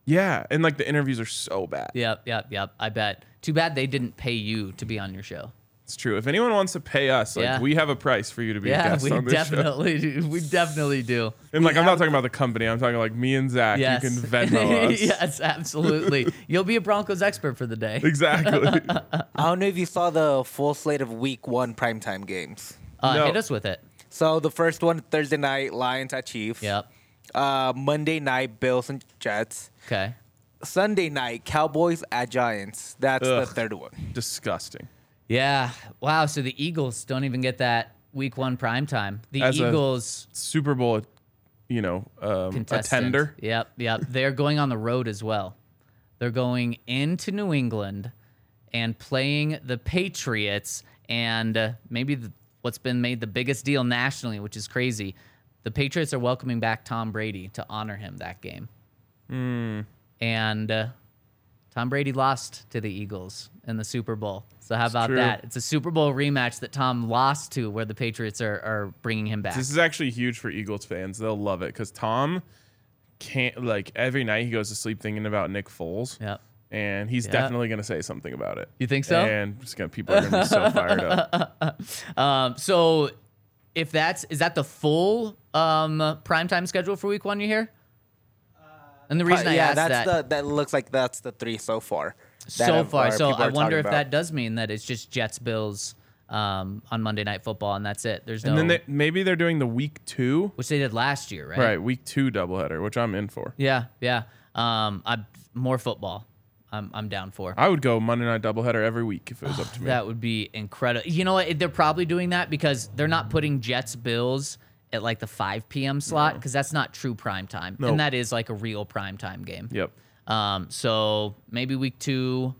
Speaker 2: Yeah, and like the interviews are so bad.
Speaker 3: Yep, yep, yep. I bet. Too bad they didn't pay you to be on your show.
Speaker 2: It's true. If anyone wants to pay us, like
Speaker 3: Yeah.
Speaker 2: we have a price for you to be a
Speaker 3: Yeah,
Speaker 2: guest
Speaker 3: we
Speaker 2: on this show.
Speaker 3: definitely do. We definitely do.
Speaker 2: And like I'm not talking about the company. I'm talking like me and Zach.
Speaker 3: Yes.
Speaker 2: You can
Speaker 3: (laughs)
Speaker 2: Venmo us.
Speaker 3: yes, absolutely. You'll be a Broncos expert for the day.
Speaker 2: Exactly.
Speaker 3: (laughs)
Speaker 4: I don't know if you saw the full slate of week one primetime games.
Speaker 3: Uh,
Speaker 2: No.
Speaker 3: Hit us with it.
Speaker 4: So the first one Thursday night, Lions at Chiefs.
Speaker 3: Yep.
Speaker 4: Uh, Monday night, Bills and Jets.
Speaker 3: Okay.
Speaker 4: Sunday night, Cowboys at Giants. That's the
Speaker 2: Ugh.
Speaker 4: third one.
Speaker 2: Disgusting.
Speaker 3: Yeah. Wow. So the Eagles don't even get that week one prime time. The
Speaker 2: As a-
Speaker 3: Eagles
Speaker 2: Super Bowl, you know, um,
Speaker 3: contestant.
Speaker 2: attender.
Speaker 3: Yep. Yep. They're going on the road as well. They're going into New England and playing the Patriots and uh, maybe the, what's been made the biggest deal nationally, which is crazy. The Patriots are welcoming back Tom Brady to honor him that game.
Speaker 2: Hmm.
Speaker 3: And uh, Tom Brady lost to the Eagles in the Super Bowl. So how about
Speaker 2: true.
Speaker 3: that? It's a Super Bowl rematch that Tom lost to, where the Patriots are, are bringing him back.
Speaker 2: This is actually huge for Eagles fans. They'll love it because Tom can't like every night he goes to sleep thinking about Nick Foles.
Speaker 3: Yep.
Speaker 2: And he's definitely gonna say something about it.
Speaker 3: You think so?
Speaker 2: And just gonna people are gonna be so fired up.
Speaker 3: (laughs) Um, so if that's is that the full um, primetime schedule for Week One? You hear? And the reason I
Speaker 4: Uh, yeah,
Speaker 3: asked
Speaker 4: that's
Speaker 3: that
Speaker 4: the that looks like that's the three so far. that
Speaker 3: so
Speaker 4: have-
Speaker 3: far,
Speaker 4: are-
Speaker 3: so
Speaker 4: people
Speaker 3: I
Speaker 4: are
Speaker 3: wonder if
Speaker 4: talking
Speaker 3: that
Speaker 4: about.
Speaker 3: does mean that it's just Jets Bills um, on Monday Night Football, and that's it. There's no
Speaker 2: And then they, maybe they're doing the week two,
Speaker 3: which they did last year, right?
Speaker 2: right? Week two doubleheader, which I'm in for.
Speaker 3: Yeah, yeah. Um, I more football. I'm I'm down for.
Speaker 2: I would go Monday night doubleheader every week if it was up to me.
Speaker 3: That would be incredible. You know what? They're probably doing that because they're not putting Jets Bills at like the 5 p.m. slot because that's not true prime time,
Speaker 2: No.
Speaker 3: and that is like a real prime time game.
Speaker 2: yep,
Speaker 3: Um, so maybe week two,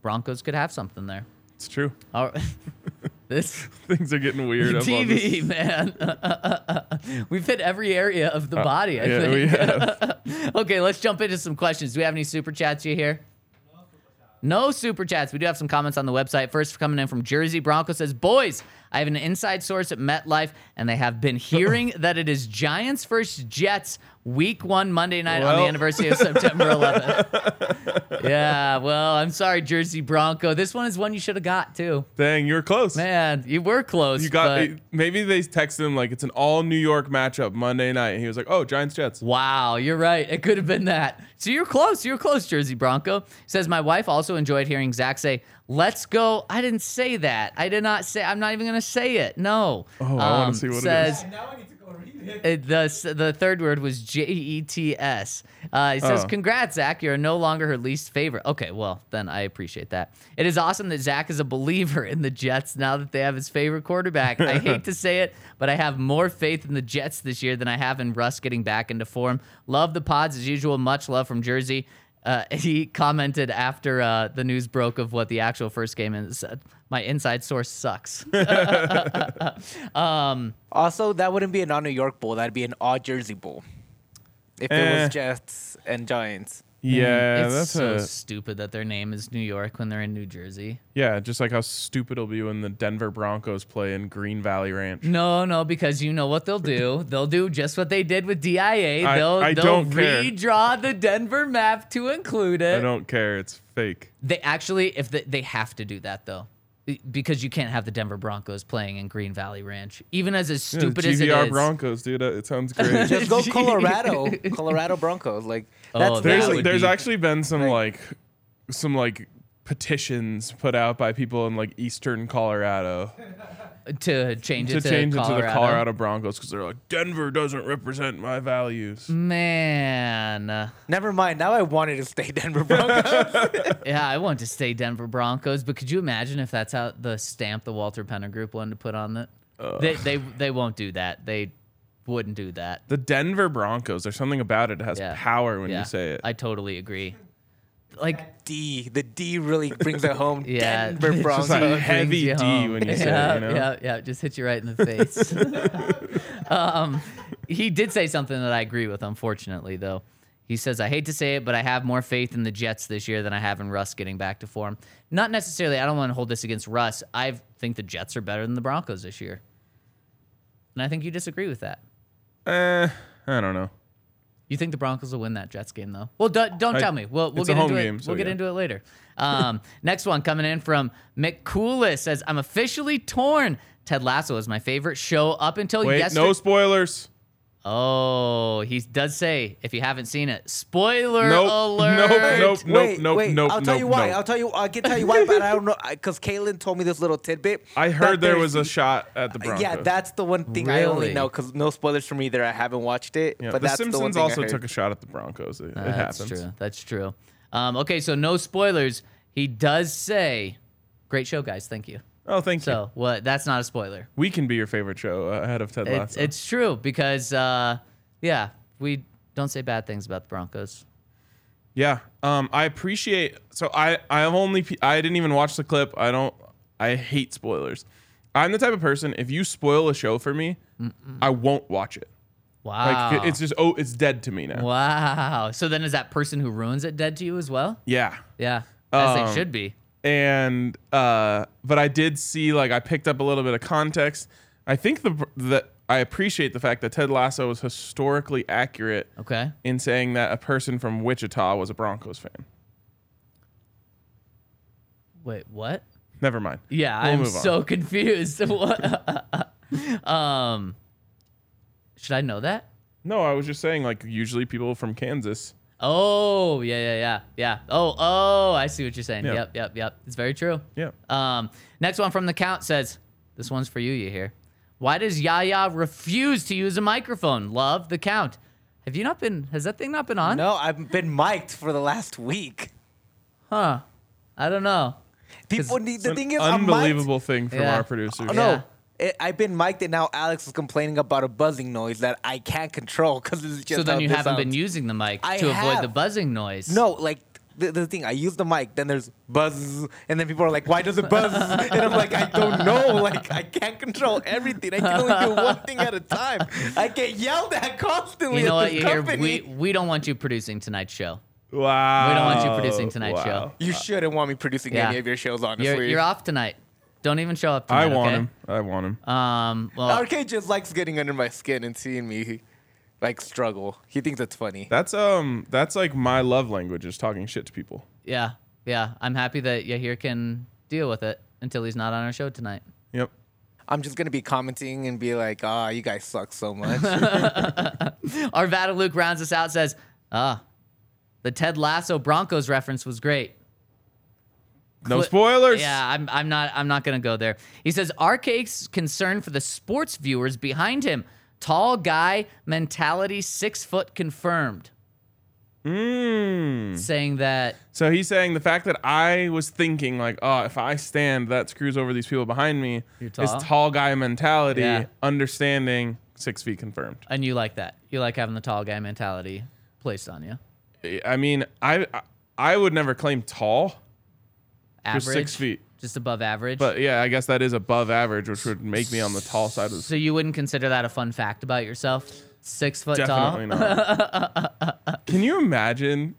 Speaker 3: Broncos could have something there.
Speaker 2: it's true.
Speaker 3: All right. (laughs) this
Speaker 2: Things are getting weird. up on (laughs) this-
Speaker 3: TV man, (laughs) we've hit every area of the body. I
Speaker 2: Uh, Yeah,
Speaker 3: think.
Speaker 2: we
Speaker 3: (laughs)
Speaker 2: have.
Speaker 3: okay, let's jump into some questions. Do we have any super chats you hear? No super chats. We do have some comments on the website. First, coming in from Jersey Bronco says, "Boys,
Speaker 2: (laughs)
Speaker 3: I have an inside source at MetLife, and they have been hearing that it is Giants versus Jets Week one, Monday night on
Speaker 2: Well.
Speaker 3: the anniversary of September
Speaker 2: (laughs)
Speaker 3: 11th. yeah, well, I'm sorry, Jersey Bronco. This one is one you should have got too.
Speaker 2: Dang, you were close.
Speaker 3: Man, you were close.
Speaker 2: You got
Speaker 3: but-
Speaker 2: maybe they texted him like it's an all New York matchup Monday night. And he was like, "Oh, Giants
Speaker 3: Mm,
Speaker 2: Jets."
Speaker 3: Wow, you're right. It could have been that. So you're close. You're close, Jersey Bronco. Says my wife also enjoyed hearing Zach say, "Let's go." I didn't say that. I did not say. I'm not even gonna say it. No. Um,
Speaker 2: Oh, I wanna see what it is.
Speaker 3: says, it- Uh, the s- the third word was J E T S. Uh, he says,
Speaker 2: Oh.
Speaker 3: "Congrats, Zach. You're no longer her least favorite." Okay, well then I appreciate that. It is awesome that Zach is a believer in the Jets now that they have his favorite quarterback. I hate to say it, but I have more faith in the Jets this year than I have in Russ getting back into form. Love the pods as usual. Much love from Jersey. Uh, (laughs) he commented after uh, the news broke of what the actual first game is. Said, My inside source sucks.
Speaker 4: Also, that wouldn't be an all New York bowl. That'd be an all Jersey bowl. If it
Speaker 2: Eh.
Speaker 4: was Jets and
Speaker 2: (laughs)
Speaker 4: Giants.
Speaker 2: Yeah,
Speaker 3: Mm. it's
Speaker 2: that's
Speaker 3: so
Speaker 2: a,
Speaker 3: stupid that their name is New York when they're in New Jersey.
Speaker 2: yeah. Just like how stupid it'll be when the Denver Broncos play in Green Valley Ranch.
Speaker 3: No, no, because you know what
Speaker 2: (laughs)
Speaker 3: they'll do. they'll do just what they did with DIA.
Speaker 2: I-
Speaker 3: they'll
Speaker 2: I
Speaker 3: they'll
Speaker 2: don't care.
Speaker 3: redraw the Denver map to include
Speaker 2: I
Speaker 3: it.
Speaker 2: don't care. It's fake. (laughs)
Speaker 3: They actually, if they, they have to do that though, be- because you can't have the Denver Broncos playing in Green Valley Ranch, even as as
Speaker 2: Yeah,
Speaker 3: stupid
Speaker 2: GVR
Speaker 3: as it is.
Speaker 2: Broncos, dude. It
Speaker 3: (laughs)
Speaker 2: sounds great.
Speaker 4: Just go
Speaker 2: (laughs)
Speaker 4: Colorado, Colorado Broncos. Like that's
Speaker 3: Oh, that
Speaker 2: there's
Speaker 4: literally-
Speaker 3: would
Speaker 2: there's
Speaker 3: be-
Speaker 2: actually been some like some like petitions put out by people in like eastern Colorado
Speaker 3: to change
Speaker 2: to
Speaker 3: it to,
Speaker 2: change it to
Speaker 3: Colorado.
Speaker 2: the Colorado Broncos because they're like Denver doesn't represent my values.
Speaker 3: Mm-hmm. Man,
Speaker 4: Never mind. Now I wanted to stay (laughs) Denver Broncos.
Speaker 3: yeah, I want to stay Denver Broncos, but could you imagine if that's how the stamp the Walter Penner Group wanted to put on that? They they they won't do that. They wouldn't do that.
Speaker 2: The Denver Broncos. There's something about it that has
Speaker 3: Yeah.
Speaker 2: power when
Speaker 3: yeah,
Speaker 2: you say it.
Speaker 3: I totally agree. Like
Speaker 4: D. The D really brings it home.
Speaker 3: (laughs) Yeah. It's
Speaker 4: Denver
Speaker 3: just
Speaker 2: It's like
Speaker 4: Broncos.
Speaker 3: (laughs)
Speaker 2: heavy
Speaker 3: brings you
Speaker 2: D
Speaker 3: home.
Speaker 2: when you say it.
Speaker 3: yeah,
Speaker 2: You know?
Speaker 3: yeah, yeah, it just hit you right in the face. (laughs)
Speaker 2: (laughs)
Speaker 3: um, he did say something that I agree with, unfortunately, though. He says, I hate to say it, but I have more faith in the Jets this year than I have in Russ getting back to form. Not necessarily, I don't want to hold this against Russ. I think the Jets are better than the Broncos this year. And I think you disagree with that.
Speaker 2: Eh, I don't know.
Speaker 3: You think the Broncos will win that Jets game though? Well, don't, don't
Speaker 2: I-
Speaker 3: tell me. We'll, we'll
Speaker 2: it's
Speaker 3: get
Speaker 2: a home
Speaker 3: into it.
Speaker 2: game, so
Speaker 3: we'll get
Speaker 2: yeah.
Speaker 3: into it later. Um, (laughs) next one coming in from McCoolis says, "I'm officially torn. Ted Lasso is my favorite show up until
Speaker 2: Wait,
Speaker 3: yesterday."
Speaker 2: no spoilers.
Speaker 3: oh, he does say if you haven't seen it, spoiler
Speaker 2: Nope,
Speaker 3: alert.
Speaker 2: nope, nope.
Speaker 4: wait, wait.
Speaker 2: nope,
Speaker 4: I'll tell
Speaker 2: nope,
Speaker 4: you why.
Speaker 2: nope.
Speaker 4: I'll tell you. I can tell you why, but I don't know because Caitlin told me this little tidbit.
Speaker 2: I heard
Speaker 4: that
Speaker 2: there
Speaker 4: there's- Uh,
Speaker 2: was a shot at the Broncos.
Speaker 4: Yeah, that's the one thing I only
Speaker 3: Really?
Speaker 4: know because no spoilers from either. I haven't watched it,
Speaker 2: Yeah,
Speaker 4: but
Speaker 2: the
Speaker 4: that's the one
Speaker 2: Simpsons
Speaker 4: thing
Speaker 2: also
Speaker 4: I heard.
Speaker 2: took a shot at the Broncos. It, it
Speaker 3: That's
Speaker 2: happens.
Speaker 3: true. That's true. Um, okay, so no spoilers. He does say, "Great show, guys. Thank you."
Speaker 2: Oh, thank you.
Speaker 3: So what? That's not a spoiler.
Speaker 2: We can be your favorite show uh, ahead of Ted
Speaker 3: It's,
Speaker 2: Lasso.
Speaker 3: it's true because uh, yeah, we don't say bad things about the Broncos.
Speaker 2: Yeah. Um, I appreciate. So I I have only pe- I didn't even watch the clip. I don't. I hate spoilers. I'm the type of person if you spoil a show for me, I won't watch it.
Speaker 3: Wow.
Speaker 2: Like it's
Speaker 3: Ah.
Speaker 2: just oh, it's dead to me now.
Speaker 3: wow. So then is that person who ruins it dead to you as well?
Speaker 2: Yeah.
Speaker 3: Yeah. As they
Speaker 2: Um,
Speaker 3: should be.
Speaker 2: And uh, but I did see like I picked up a little bit of context. I think the the I appreciate the fact that Ted Lasso was historically accurate
Speaker 3: Okay.
Speaker 2: in saying that a person from Wichita was a Broncos fan.
Speaker 3: Wait, what?
Speaker 2: Never mind.
Speaker 3: Yeah,
Speaker 2: We'll
Speaker 3: I'm
Speaker 2: move on.
Speaker 3: so (laughs) confused. What- um Should I know that?
Speaker 2: No, I was just saying like usually people from Kansas.
Speaker 3: Oh, yeah, yeah, yeah. Yeah. Oh, oh, I see what you're saying.
Speaker 2: Yeah.
Speaker 3: Yep, yep, yep. It's very true.
Speaker 2: Yeah.
Speaker 3: Um, next one from the count says, "This one's for you. You hear? Why does Yaya refuse to use a microphone? Love the count. Have you not been? Has that thing not been on?
Speaker 4: No, I've been mic'd for the last week.
Speaker 3: Huh? I don't know.
Speaker 4: People need the
Speaker 2: An
Speaker 4: thing is I'm mic'd.
Speaker 2: unbelievable thing from
Speaker 3: Yeah.
Speaker 2: our producer.
Speaker 3: Yeah.
Speaker 4: Oh, No, it, I've been mic'd, and now Alex is complaining about a buzzing noise that I can't control because it's just.
Speaker 3: So
Speaker 4: how
Speaker 3: then you
Speaker 4: this
Speaker 3: haven't been
Speaker 4: sounds.
Speaker 3: using the mic
Speaker 4: I
Speaker 3: to avoid the
Speaker 4: have.
Speaker 3: buzzing noise.
Speaker 4: (laughs) No, like the, the thing, I use the mic, then there's buzz, and then people are like, why does it
Speaker 3: (laughs)
Speaker 4: buzz? and I'm like, I don't know. Like, I can't control everything. I can only do one thing at a time. I get yelled at constantly
Speaker 3: You know
Speaker 4: at
Speaker 3: what?
Speaker 4: this
Speaker 3: You hear?
Speaker 4: company.
Speaker 3: We we don't want you producing tonight's show.
Speaker 2: Wow.
Speaker 3: We don't want you producing tonight's show.
Speaker 4: you shouldn't want me producing
Speaker 3: Yeah.
Speaker 4: any of your shows, honestly.
Speaker 3: You're, you're off tonight. Don't even show up tonight.
Speaker 2: I want
Speaker 3: okay? Uh,
Speaker 2: him. I want him.
Speaker 3: Um. Well,
Speaker 4: RK just likes getting under my skin and seeing me like struggle. He thinks it's funny.
Speaker 2: That's um that's like my love language is talking shit to people.
Speaker 3: Yeah, yeah. I'm happy that Yahir can deal with it until he's not on our show tonight.
Speaker 2: Yep.
Speaker 4: I'm just gonna be commenting and be like, "Ah, you guys suck so (laughs) much."
Speaker 3: Our Luke rounds us out. Says, "Ah, the Ted Lasso Broncos reference was great."
Speaker 2: No spoilers.
Speaker 3: Yeah, I'm, I'm not I'm not gonna go there. He says RK's concern for the sports viewers behind him. Tall guy mentality, six foot confirmed.
Speaker 2: Mm.
Speaker 3: Saying that
Speaker 2: So he's saying the fact that I was thinking like, oh, if I stand, that screws over these people behind me.
Speaker 3: You're
Speaker 2: Is
Speaker 3: tall.
Speaker 2: tall guy mentality,
Speaker 3: Yeah.
Speaker 2: understanding, six feet confirmed.
Speaker 3: and you like that. You like having the tall guy mentality placed on you.
Speaker 2: I mean, I I- I would never claim tall.
Speaker 3: Average.
Speaker 2: six feet.
Speaker 3: Just above average.
Speaker 2: But yeah, I guess that is above average, which would make me on the tall side of the
Speaker 3: so you wouldn't consider that a fun fact about yourself? Six foot
Speaker 2: Definitely
Speaker 3: tall?
Speaker 2: not.
Speaker 3: (laughs)
Speaker 2: Can you imagine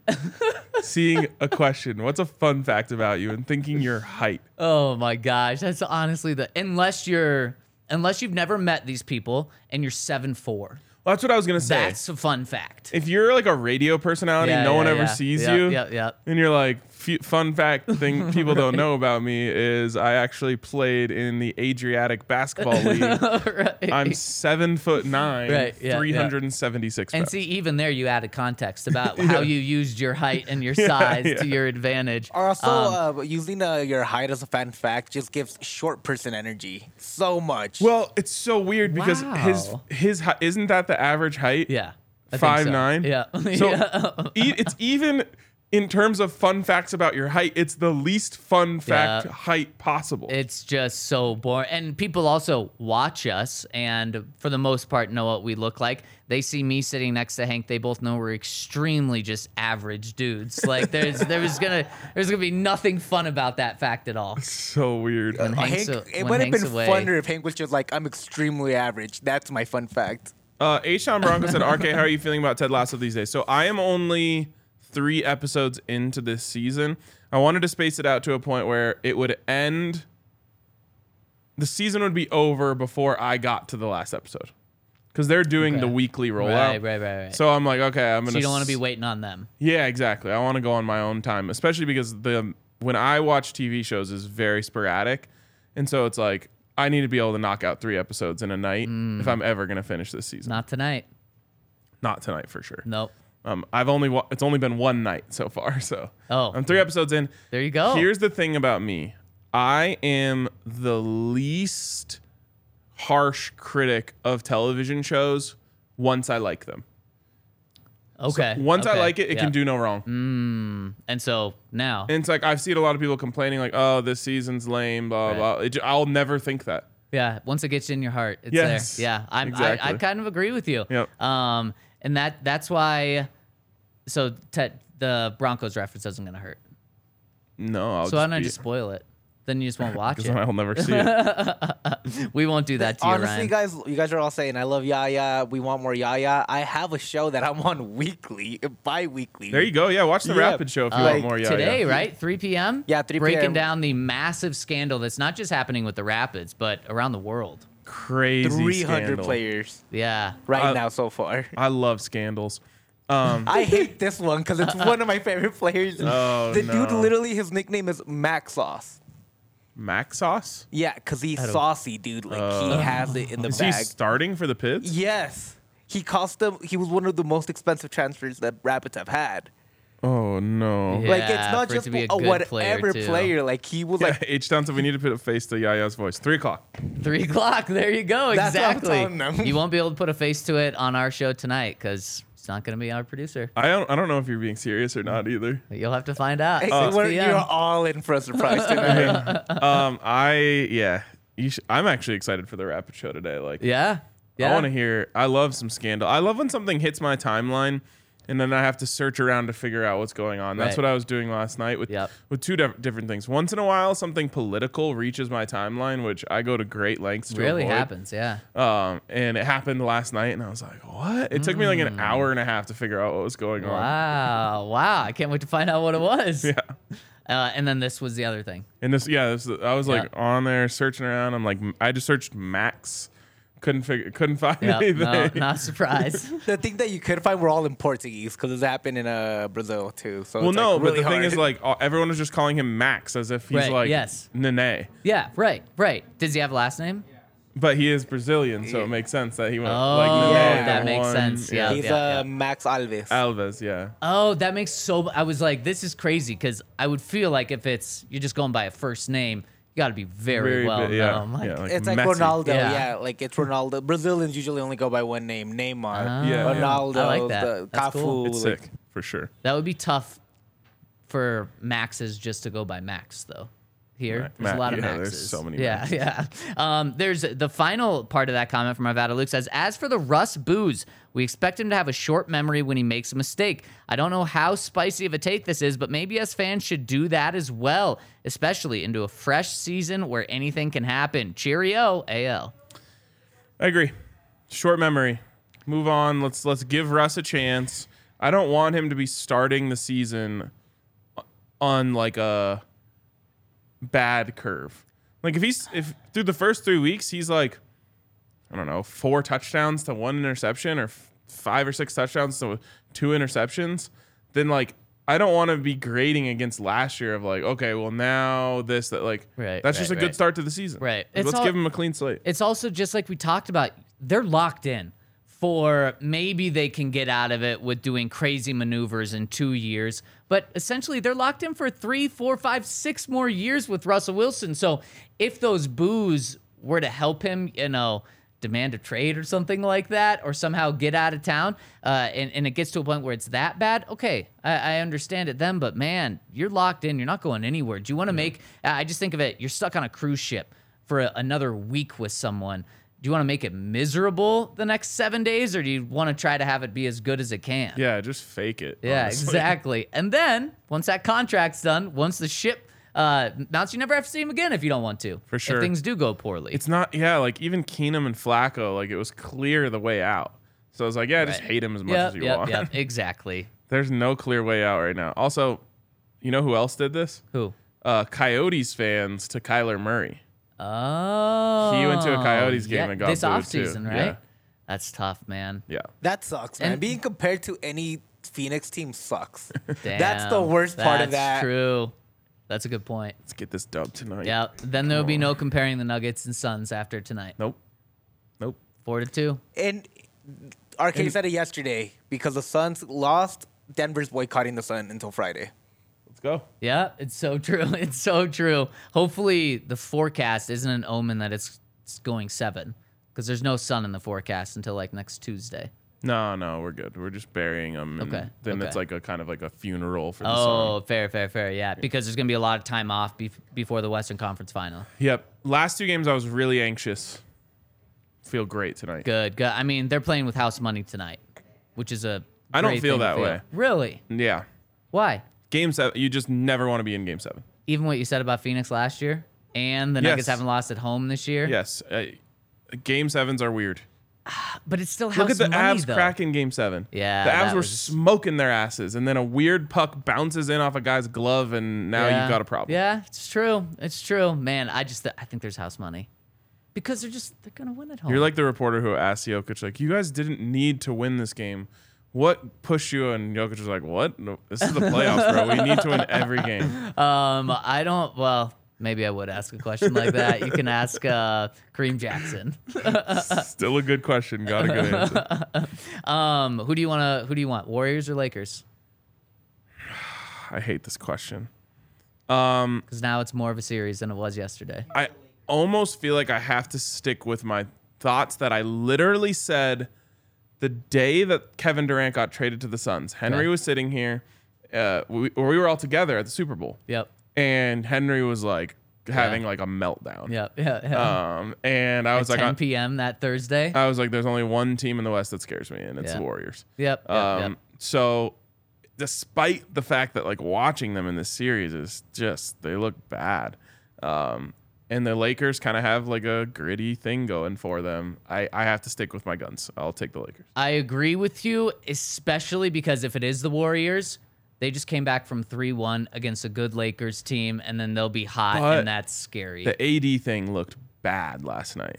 Speaker 2: seeing a question? What's a fun fact about you and thinking your height?
Speaker 3: Oh my gosh. That's honestly the unless you're unless you've never met these people and you're seven four.
Speaker 2: Well, that's what I was gonna say.
Speaker 3: That's a fun fact.
Speaker 2: if you're like a radio personality,
Speaker 3: Yeah,
Speaker 2: no one
Speaker 3: yeah,
Speaker 2: ever
Speaker 3: yeah.
Speaker 2: sees
Speaker 3: Yeah,
Speaker 2: you,
Speaker 3: Yeah, yeah.
Speaker 2: and you're like, F- fun fact
Speaker 3: (laughs)
Speaker 2: thing people don't know about me is I actually played in the Adriatic
Speaker 3: (laughs)
Speaker 2: Basketball League.
Speaker 3: right.
Speaker 2: I'm seven foot nine,
Speaker 3: Right, yeah, yeah.
Speaker 2: 376
Speaker 3: (laughs) and
Speaker 2: pounds.
Speaker 3: see, even there, you added
Speaker 2: (laughs)
Speaker 3: context about how you used your height and your size to
Speaker 2: yeah.
Speaker 3: your advantage.
Speaker 4: Also,
Speaker 3: Um,
Speaker 4: uh, using uh, your height as a fun fact just gives short person energy so much.
Speaker 2: well, it's so weird because his
Speaker 3: Wow.
Speaker 2: his hi- isn't that the average height?
Speaker 3: yeah, I think
Speaker 2: five
Speaker 3: so.
Speaker 2: nine.
Speaker 3: Yeah, (laughs)
Speaker 2: So
Speaker 3: Yeah.
Speaker 2: e- it's even in terms of fun facts about your height, it's the least fun fact
Speaker 3: Yeah.
Speaker 2: height possible.
Speaker 3: It's just so boring. And people also watch us and, for the most part, know what we look like. They see me sitting next to Hank. They both know we're extremely just
Speaker 2: (laughs)
Speaker 3: average dudes. Like there's there was gonna there's gonna be nothing fun about that fact at all.
Speaker 2: so weird.
Speaker 3: When Hank's,
Speaker 4: Hank,
Speaker 3: a-
Speaker 4: it
Speaker 3: when
Speaker 4: would have
Speaker 3: Hank's
Speaker 4: been
Speaker 3: away,
Speaker 4: funner if Hank was just like, "I'm extremely average." That's my fun fact.
Speaker 2: Uh, H. Tom Bronco said, "RK, how are you feeling about Ted Lasso these days?" So I am only three episodes into this season. I wanted to space it out to a point where it would end. The season would be over before I got to the last episode, because they're doing the
Speaker 3: Okay.
Speaker 2: weekly rollout.
Speaker 3: Right, right, right, right.
Speaker 2: So I'm like, okay, I'm gonna.
Speaker 3: so you don't want to
Speaker 2: s-
Speaker 3: be waiting on them.
Speaker 2: Yeah, exactly. I want to go on my own time, especially because the when I watch TV shows is very sporadic, and so it's like I need to be able to knock out three episodes in a night if I'm ever gonna finish this season. Not,
Speaker 3: Not tonight.
Speaker 2: tonight for sure.
Speaker 3: Nope.
Speaker 2: Um, I've only wa- it's only been one night so far, (laughs) so
Speaker 3: Oh.
Speaker 2: I'm three episodes in.
Speaker 3: There you go.
Speaker 2: Here's the thing about me: I am the least harsh critic of television shows. Once I like them,
Speaker 3: okay.
Speaker 2: once I
Speaker 3: Eh, okay,
Speaker 2: like it, it
Speaker 3: yeah.
Speaker 2: can do no wrong.
Speaker 3: And so now,
Speaker 2: And it's like I've seen a lot of people complaining, like, "Oh, this season's lame," blah
Speaker 3: Right.
Speaker 2: blah. It, ju- I'll never think that.
Speaker 3: yeah, once it gets in your heart, it's
Speaker 2: Yes,
Speaker 3: there. Yeah, I'm, I, I
Speaker 2: exactly.
Speaker 3: kind of agree with you.
Speaker 2: Yep.
Speaker 3: Um, and that that's why. So te- the Broncos reference isn't gonna hurt.
Speaker 2: No, I'll
Speaker 3: so why
Speaker 2: just
Speaker 3: don't I
Speaker 2: be- (laughs)
Speaker 3: just spoil it? Then you just won't watch
Speaker 2: because
Speaker 3: it.
Speaker 2: then I'll never see
Speaker 3: (laughs)
Speaker 2: it.
Speaker 3: We won't do that to you,
Speaker 4: Honestly,
Speaker 3: Ryan.
Speaker 4: guys, you guys are all saying, "I love Yaya. We want more Yaya." I have a show that I'm on weekly, bi-weekly.
Speaker 2: there you go. Yeah, watch the
Speaker 4: Yeah.
Speaker 2: rapid show if you
Speaker 4: Like,
Speaker 2: want more. Oh, Yeah,
Speaker 3: Today,
Speaker 2: yeah.
Speaker 3: right? 3 p.m.
Speaker 4: Yeah, 3
Speaker 3: Breaking
Speaker 4: p.m..
Speaker 3: down the massive scandal that's not just happening with the Rapids, but around the world.
Speaker 2: crazy
Speaker 4: 300
Speaker 2: scandal.
Speaker 4: players
Speaker 3: Yeah.
Speaker 4: right
Speaker 2: Uh,
Speaker 4: now so far.
Speaker 2: I love scandals. Um,
Speaker 4: I hate this one
Speaker 2: (laughs)
Speaker 4: because it's one of my favorite players.
Speaker 2: Oh,
Speaker 4: the dude
Speaker 2: no.
Speaker 4: literally, his nickname is Max Sauce.
Speaker 2: Mac Sauce
Speaker 4: Yeah, because he's
Speaker 3: don't-
Speaker 4: saucy, dude. Like he has it in
Speaker 2: Uh,
Speaker 4: the
Speaker 2: is
Speaker 4: bag.
Speaker 2: he starting for the Pids?
Speaker 4: yes, he cost them. He was one of the most expensive transfers that Rapids have had.
Speaker 2: Oh no. (laughs)
Speaker 3: Yeah.
Speaker 4: like it's not
Speaker 3: for it
Speaker 4: just
Speaker 3: to be a
Speaker 4: a
Speaker 3: good player,
Speaker 4: whatever
Speaker 3: too.
Speaker 4: player. Like he was
Speaker 2: (laughs)
Speaker 4: like
Speaker 2: H Town said we need to put a face to Yaya's voice. Three o'clock.
Speaker 3: Three o'clock. There you go.
Speaker 4: That's what I'm
Speaker 3: exactly.
Speaker 4: telling them.
Speaker 3: you won't be able to put a face to it on our show tonight because it's not going to be our producer.
Speaker 2: I don't. I don't know if you're being serious or not
Speaker 3: (laughs)
Speaker 2: either.
Speaker 3: But You'll have to find out.
Speaker 4: Hey,
Speaker 2: Oh.
Speaker 3: 6
Speaker 4: we're-
Speaker 3: p.m.
Speaker 4: you're all in for
Speaker 3: (laughs)
Speaker 4: a surprise tonight.
Speaker 2: Um, I yeah. You sh- I'm actually excited for the rapid show today. Like
Speaker 3: yeah. Yeah.
Speaker 2: I want to hear. I love some scandal. I love when something hits my timeline, and then I have to search around to figure out what's going on. That's
Speaker 3: Right.
Speaker 2: what I was doing last night with
Speaker 3: Yep.
Speaker 2: with two diff- different things. Once in a while, something political reaches my timeline, which I go to great lengths to
Speaker 3: really
Speaker 2: avoid.
Speaker 3: happens. Yeah.
Speaker 2: Um, and it happened last night, and I was like, "What?" It took me like
Speaker 3: Hmm.
Speaker 2: an hour and a half to figure out what was going (laughs) on.
Speaker 3: Wow. (laughs) Wow. I can't wait to find out what it was. Yeah. Uh, and then this was the
Speaker 2: (laughs)
Speaker 3: other thing.
Speaker 2: And this, yeah, this, I was like
Speaker 3: Yeah.
Speaker 2: on there searching around. I'm like, I just searched Max Couldn't figure. Couldn't find
Speaker 3: Yep,
Speaker 2: anything.
Speaker 3: no,
Speaker 2: (laughs)
Speaker 3: not surprised.
Speaker 4: The thing that you could find were all in Portuguese because it's happened in uh, Brazil too. So
Speaker 2: well,
Speaker 4: it's,
Speaker 2: no,
Speaker 4: like, really
Speaker 2: but the
Speaker 4: hard.
Speaker 2: thing is, like, all- everyone was just calling him Max as if he's
Speaker 3: Right,
Speaker 2: like
Speaker 3: yes.
Speaker 2: Nene,
Speaker 3: yeah, right, right. Does he have a last name?
Speaker 2: but he is Brazilian, so
Speaker 4: Yeah.
Speaker 2: it makes sense that he went
Speaker 3: Oh,
Speaker 2: like Nene.
Speaker 4: Yeah. that
Speaker 2: the
Speaker 3: makes
Speaker 2: one-
Speaker 3: sense, yeah.
Speaker 4: he's
Speaker 3: yeah,
Speaker 4: uh,
Speaker 3: yeah.
Speaker 4: Max Alves.
Speaker 2: Alves, yeah.
Speaker 3: Oh, that makes so. I was like, this is crazy because I would feel like if it's you're just going by a first name, you got to be very,
Speaker 2: Very
Speaker 3: well
Speaker 2: big, yeah,
Speaker 3: known. Like,
Speaker 2: yeah,
Speaker 4: it's like
Speaker 2: Messi.
Speaker 4: Ronaldo,
Speaker 3: Yeah.
Speaker 4: yeah. Like it's Ronaldo. Brazilians usually only go by one name, Neymar,
Speaker 2: Yeah, yeah.
Speaker 4: Ronaldo,
Speaker 3: Ah, I like that.
Speaker 4: the
Speaker 3: That's
Speaker 4: Cafu.
Speaker 3: cool.
Speaker 2: It's
Speaker 4: like-
Speaker 2: sick for sure.
Speaker 3: that would be tough for Maxes just to go by Max though. Here,
Speaker 2: Right.
Speaker 3: there's
Speaker 2: Ma-
Speaker 3: a lot of
Speaker 2: yeah,
Speaker 3: Maxes.
Speaker 2: there's so many
Speaker 3: Yeah,
Speaker 2: Maxes.
Speaker 3: yeah. Um, there's the final part of that comment from Avada Luke says, as for the Russ booze, we expect him to have a short memory when he makes a mistake. I don't know how spicy of a take this is, but maybe us fans should do that as well, especially into a fresh season where anything can happen. Cheerio, AL.
Speaker 2: I agree. Short memory. Move on. Let's let's give Russ a chance. I don't want him to be starting the season on like a bad curve. Like if he's if through the first 3 weeks he's like I don't know, four touchdowns to one interception or f- five or six touchdowns to two interceptions, then like I don't want to be grading against last year of like, okay, well now this that like
Speaker 3: Right,
Speaker 2: that's just a
Speaker 3: right, right.
Speaker 2: good start to the season.
Speaker 3: Right.
Speaker 2: Like,
Speaker 3: It's
Speaker 2: let's
Speaker 3: all-
Speaker 2: give him a clean slate.
Speaker 3: it's also just like we talked about they're locked in for maybe they can get out of it with doing crazy maneuvers in two years but essentially they're locked in for three four five six more years with russell wilson so if those boos were to help him you know demand a trade or something like that or somehow get out of town uh, and, and it gets to a point where it's that bad okay I, I understand it then but man you're locked in you're not going anywhere do you want to make i just think of it you're stuck on a cruise ship for a, another week with someone, do you want to make it miserable the next seven days, or do you want to try to have it be as good as it can?
Speaker 2: Yeah, just fake it.
Speaker 3: Yeah,
Speaker 2: honestly.
Speaker 3: exactly. And then once that contract's done, once the ship uh, mounts, you never have to see him again if you don't want to.
Speaker 2: For sure.
Speaker 3: If things do go poorly.
Speaker 2: It's not. Yeah, like even Keenum and Flacco, like it was clear the way out. So I was like, yeah, just
Speaker 3: Right.
Speaker 2: hate him as much
Speaker 3: yep,
Speaker 2: as you
Speaker 3: yep,
Speaker 2: want. (laughs)
Speaker 3: yep, exactly.
Speaker 2: There's no clear way out right now. Also, you know who else did this?
Speaker 3: Who?
Speaker 2: Uh, Coyotes fans to Kyler Murray.
Speaker 3: Oh.
Speaker 2: He went to a Coyotes game
Speaker 3: yeah,
Speaker 2: and got
Speaker 3: This
Speaker 2: booed, too.
Speaker 3: offseason, right?
Speaker 2: Yeah.
Speaker 3: That's tough, man.
Speaker 2: Yeah.
Speaker 4: That sucks, man.
Speaker 3: And-
Speaker 4: Being compared to any Phoenix
Speaker 3: (laughs)
Speaker 4: team sucks.
Speaker 3: Damn,
Speaker 4: That's the worst part of that.
Speaker 3: That's true. That's a good point.
Speaker 2: Let's get this dub tonight.
Speaker 3: Yeah. Then there'll be no comparing the Nuggets and Suns after tonight.
Speaker 2: Nope. Nope.
Speaker 3: Four to two.
Speaker 4: And RK said it yesterday because the Suns lost. Denver's boycotting the Sun until Friday.
Speaker 2: Let's go.
Speaker 3: Yeah, it's so (laughs) true. It's so true. Hopefully, the forecast isn't an omen that it's, it's going seven because there's no sun in the forecast until like next Tuesday.
Speaker 2: No, no, we're good. We're just burying him. and
Speaker 3: Okay,
Speaker 2: Then
Speaker 3: okay.
Speaker 2: it's like a kind of like a funeral for the song.
Speaker 3: Oh, fair, fair, fair. Yeah, because there's going to be a lot of time off bef- before the Western Conference final.
Speaker 2: Yep. Last two games, I was really anxious. Feel great tonight.
Speaker 3: Good, good. I mean, they're playing with house money tonight, which is a.
Speaker 2: I don't
Speaker 3: great
Speaker 2: feel
Speaker 3: thing
Speaker 2: that
Speaker 3: to
Speaker 2: way.
Speaker 3: Really?
Speaker 2: Yeah.
Speaker 3: Why?
Speaker 2: Game seven. You just never want to be in game seven.
Speaker 3: Even what you said about Phoenix last year and the
Speaker 2: Yes.
Speaker 3: Nuggets haven't lost at home this year.
Speaker 2: Yes. Uh, game sevens are weird.
Speaker 3: But it's still house
Speaker 2: Look at the
Speaker 3: money,
Speaker 2: Avs
Speaker 3: though.
Speaker 2: cracking game seven.
Speaker 3: Yeah,
Speaker 2: The
Speaker 3: that
Speaker 2: Avs were
Speaker 3: was-
Speaker 2: smoking their asses, and then a weird puck bounces in off a guy's glove, and now
Speaker 3: yeah.
Speaker 2: you've got a problem.
Speaker 3: Yeah, it's true. It's true. Man, I just I think there's house money. Because they're just they're gonna win at home.
Speaker 2: You're like the reporter who asked Jokic, like, you guys didn't need to win this game. What pushed you? And Jokic was like, what? No, this is the playoffs, bro. We need to win every
Speaker 3: (laughs)
Speaker 2: game.
Speaker 3: um I don't well, maybe I would ask a question like that. You can ask uh Kareem Jackson.
Speaker 2: Still a good question. Got a good answer.
Speaker 3: Um who do you wanna who do you want? Warriors or Lakers?
Speaker 2: I hate this question.
Speaker 3: Because now it's more of a series than it was yesterday.
Speaker 2: I almost feel like I have to stick with my thoughts that I literally said the day that Kevin Durant got traded to the Suns. Henry
Speaker 3: Okay.
Speaker 2: was sitting here, uh, we, or we were all together at the Super Bowl,
Speaker 3: Yep.
Speaker 2: and Henry was like having like a meltdown.
Speaker 3: Yep. Yeah. yeah.
Speaker 2: Um, and I Uh, was
Speaker 3: At
Speaker 2: like,
Speaker 3: 10
Speaker 2: I,
Speaker 3: p.m. that Thursday.
Speaker 2: I was like, there's only one team in the West that scares me, and it's
Speaker 3: Yeah.
Speaker 2: the Warriors.
Speaker 3: yep. Yep.
Speaker 2: Um,
Speaker 3: yep.
Speaker 2: So, despite the fact that like watching them in this series is just they look bad, um, and the Lakers kind of have like a gritty thing going for them. I I have to stick with my guns. I'll take the Lakers.
Speaker 3: I agree with you, especially because if it is the Warriors, they just came back from 3 1 against a good Lakers team, and then they'll be hot,
Speaker 2: But
Speaker 3: and that's scary.
Speaker 2: The AD thing looked bad last night.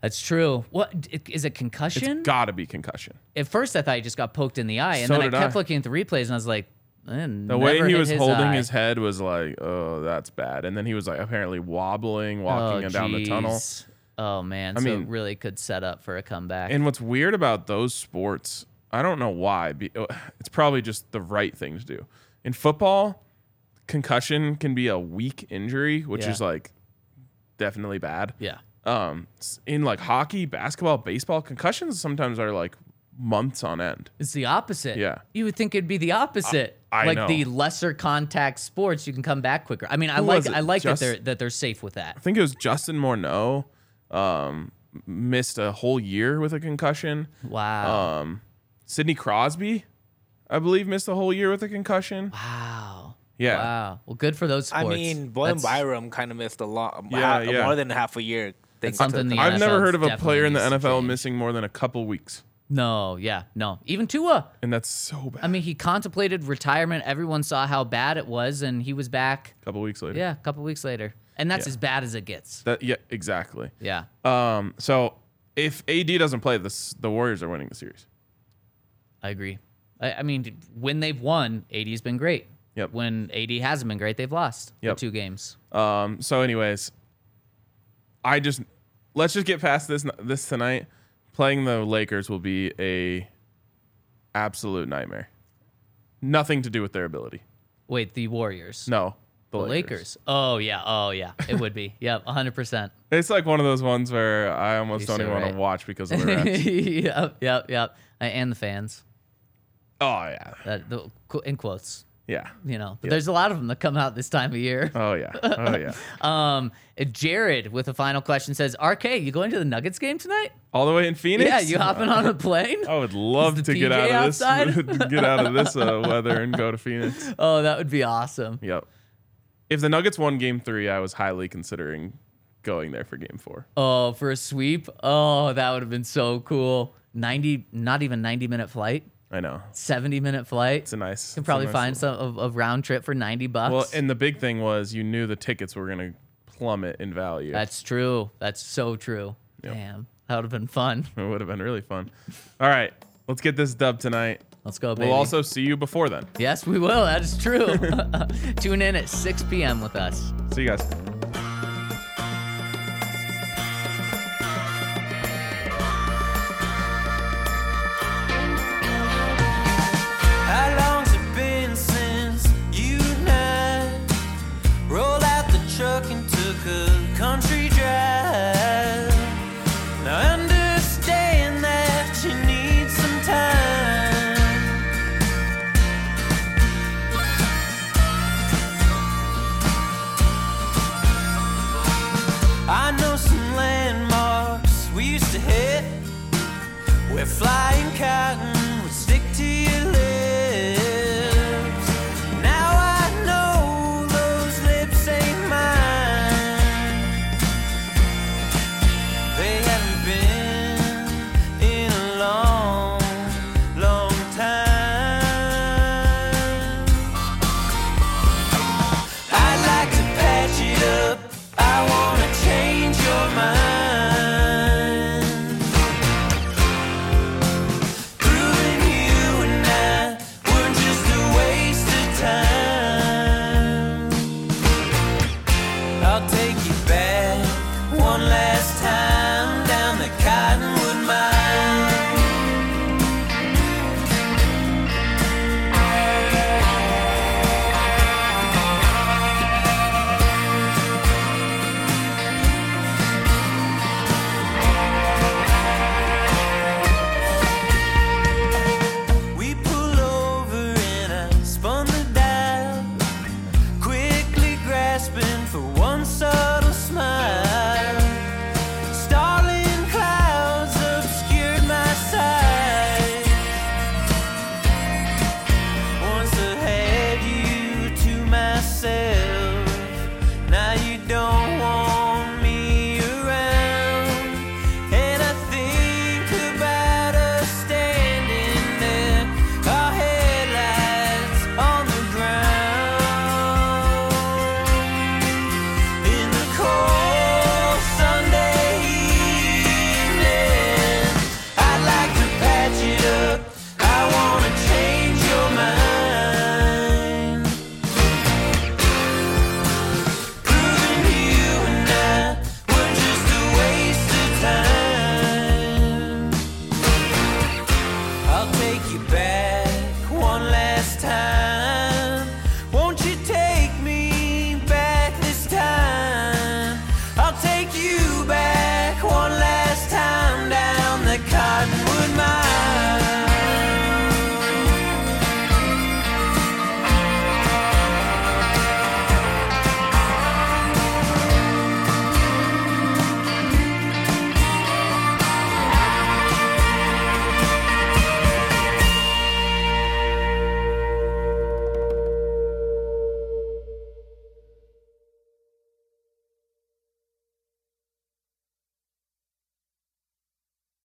Speaker 3: That's true. What is it? Concussion?
Speaker 2: It's got to be concussion.
Speaker 3: At first, I thought he just got poked in the eye, and
Speaker 2: So
Speaker 3: then I
Speaker 2: did
Speaker 3: kept
Speaker 2: I.
Speaker 3: looking at the replays, and I was like, "Man,
Speaker 2: The way
Speaker 3: never
Speaker 2: he
Speaker 3: hit
Speaker 2: was
Speaker 3: his
Speaker 2: holding
Speaker 3: eye."
Speaker 2: his head was like, oh, that's bad. And then he was like apparently wobbling, walking
Speaker 3: Oh,
Speaker 2: down the tunnel.
Speaker 3: jeez. Oh man, so
Speaker 2: mean-
Speaker 3: it really could set up for a comeback.
Speaker 2: And what's weird about those sports, I don't know why. be- uh, It's probably just the right thing to do. In football, concussion can be a weak injury, which
Speaker 3: Yeah.
Speaker 2: is like definitely bad.
Speaker 3: yeah,
Speaker 2: Um, s- in like hockey, basketball, baseball, concussions sometimes are like months on end.
Speaker 3: it's the opposite.
Speaker 2: Yeah.
Speaker 3: you would think it'd be the opposite.
Speaker 2: I- I
Speaker 3: like
Speaker 2: know.
Speaker 3: the lesser contact sports, you can come back quicker. I mean, I like
Speaker 2: was it?
Speaker 3: I like
Speaker 2: Just-
Speaker 3: that they're that they're safe with that.
Speaker 2: I think it was Justin Morneau um, missed a whole year with a concussion.
Speaker 3: Wow,
Speaker 2: Um, Sidney Crosby, I believe, missed a whole year with a concussion.
Speaker 3: wow,
Speaker 2: Yeah.
Speaker 3: wow. Well, good for those
Speaker 4: I
Speaker 3: sports.
Speaker 4: mean, Boyle
Speaker 3: That's-
Speaker 4: Byram kind of missed a lot,
Speaker 2: Yeah,
Speaker 4: ha-
Speaker 2: yeah.
Speaker 4: more than half a year. thanks
Speaker 3: something
Speaker 4: to
Speaker 3: the
Speaker 2: I've never
Speaker 3: NFL
Speaker 2: heard of a
Speaker 3: definitely
Speaker 2: player in the
Speaker 3: needs to
Speaker 2: NFL
Speaker 3: change.
Speaker 2: missing more than a couple weeks,
Speaker 3: No, yeah, no. Even Tua.
Speaker 2: and that's so bad.
Speaker 3: I mean, he contemplated retirement. Everyone saw how bad it was, and he was back.
Speaker 2: a couple weeks later.
Speaker 3: Yeah, a couple weeks later, and that's as bad as it gets.
Speaker 2: That yeah, exactly.
Speaker 3: Yeah.
Speaker 2: Um, so if AD doesn't play, this the Warriors are winning the series.
Speaker 3: I agree. I, I mean, when they've won, AD's been great.
Speaker 2: Yep.
Speaker 3: When AD hasn't been great, they've lost the
Speaker 2: Yep.
Speaker 3: two games.
Speaker 2: Um, so anyways, I just let's just get past this this tonight. Playing the Lakers will be a absolute nightmare. Nothing to do with their ability.
Speaker 3: Wait, the Warriors.
Speaker 2: No,
Speaker 3: The Lakers. Oh yeah. Oh yeah. It
Speaker 2: (laughs)
Speaker 3: would be. Yep. hundred percent. (laughs)
Speaker 2: It's like one of those ones where I almost
Speaker 3: You're
Speaker 2: don't even
Speaker 3: so
Speaker 2: want
Speaker 3: right.
Speaker 2: to watch because of the
Speaker 3: (laughs)
Speaker 2: refs.
Speaker 3: Yep. Yep. Yep. A- And the fans.
Speaker 2: oh yeah,
Speaker 3: That the, qu- in quotes.
Speaker 2: yeah.
Speaker 3: You know, but there's a lot of them that come out this time
Speaker 2: (laughs)
Speaker 3: of year.
Speaker 2: Oh yeah, oh
Speaker 3: (laughs)
Speaker 2: yeah.
Speaker 3: Um, Jared with a final question says, "RK, you going to the Nuggets game tonight?
Speaker 2: All the way in Phoenix.
Speaker 3: Yeah, you hopping
Speaker 2: (laughs)
Speaker 3: on a plane?
Speaker 2: I would love
Speaker 3: Is the
Speaker 2: to get
Speaker 3: PJ
Speaker 2: out of this (laughs)
Speaker 3: outside?
Speaker 2: get out of this uh, weather and go to Phoenix.
Speaker 3: (laughs) Oh, that would be awesome.
Speaker 2: Yep. If the Nuggets won Game Three, I was highly considering going there for Game Four.
Speaker 3: Oh, for a sweep? Oh, that would have been so cool. 90, not even 90 minute flight,
Speaker 2: I know
Speaker 3: 70 minute flight.
Speaker 2: it's a nice.
Speaker 3: Can probably
Speaker 2: it's a nice
Speaker 3: find some of, of round trip for 90 bucks.
Speaker 2: Well, and the big thing was you knew the tickets were gonna plummet in value.
Speaker 3: That's true. That's so true. Damn, that would have been fun.
Speaker 2: (laughs) it would have been really fun. All right, let's get this dub tonight.
Speaker 3: Let's go, baby.
Speaker 2: We'll also see you before then.
Speaker 3: (laughs) yes, we will. That is true. Tune in at 6 p.m. with us.
Speaker 2: See you guys.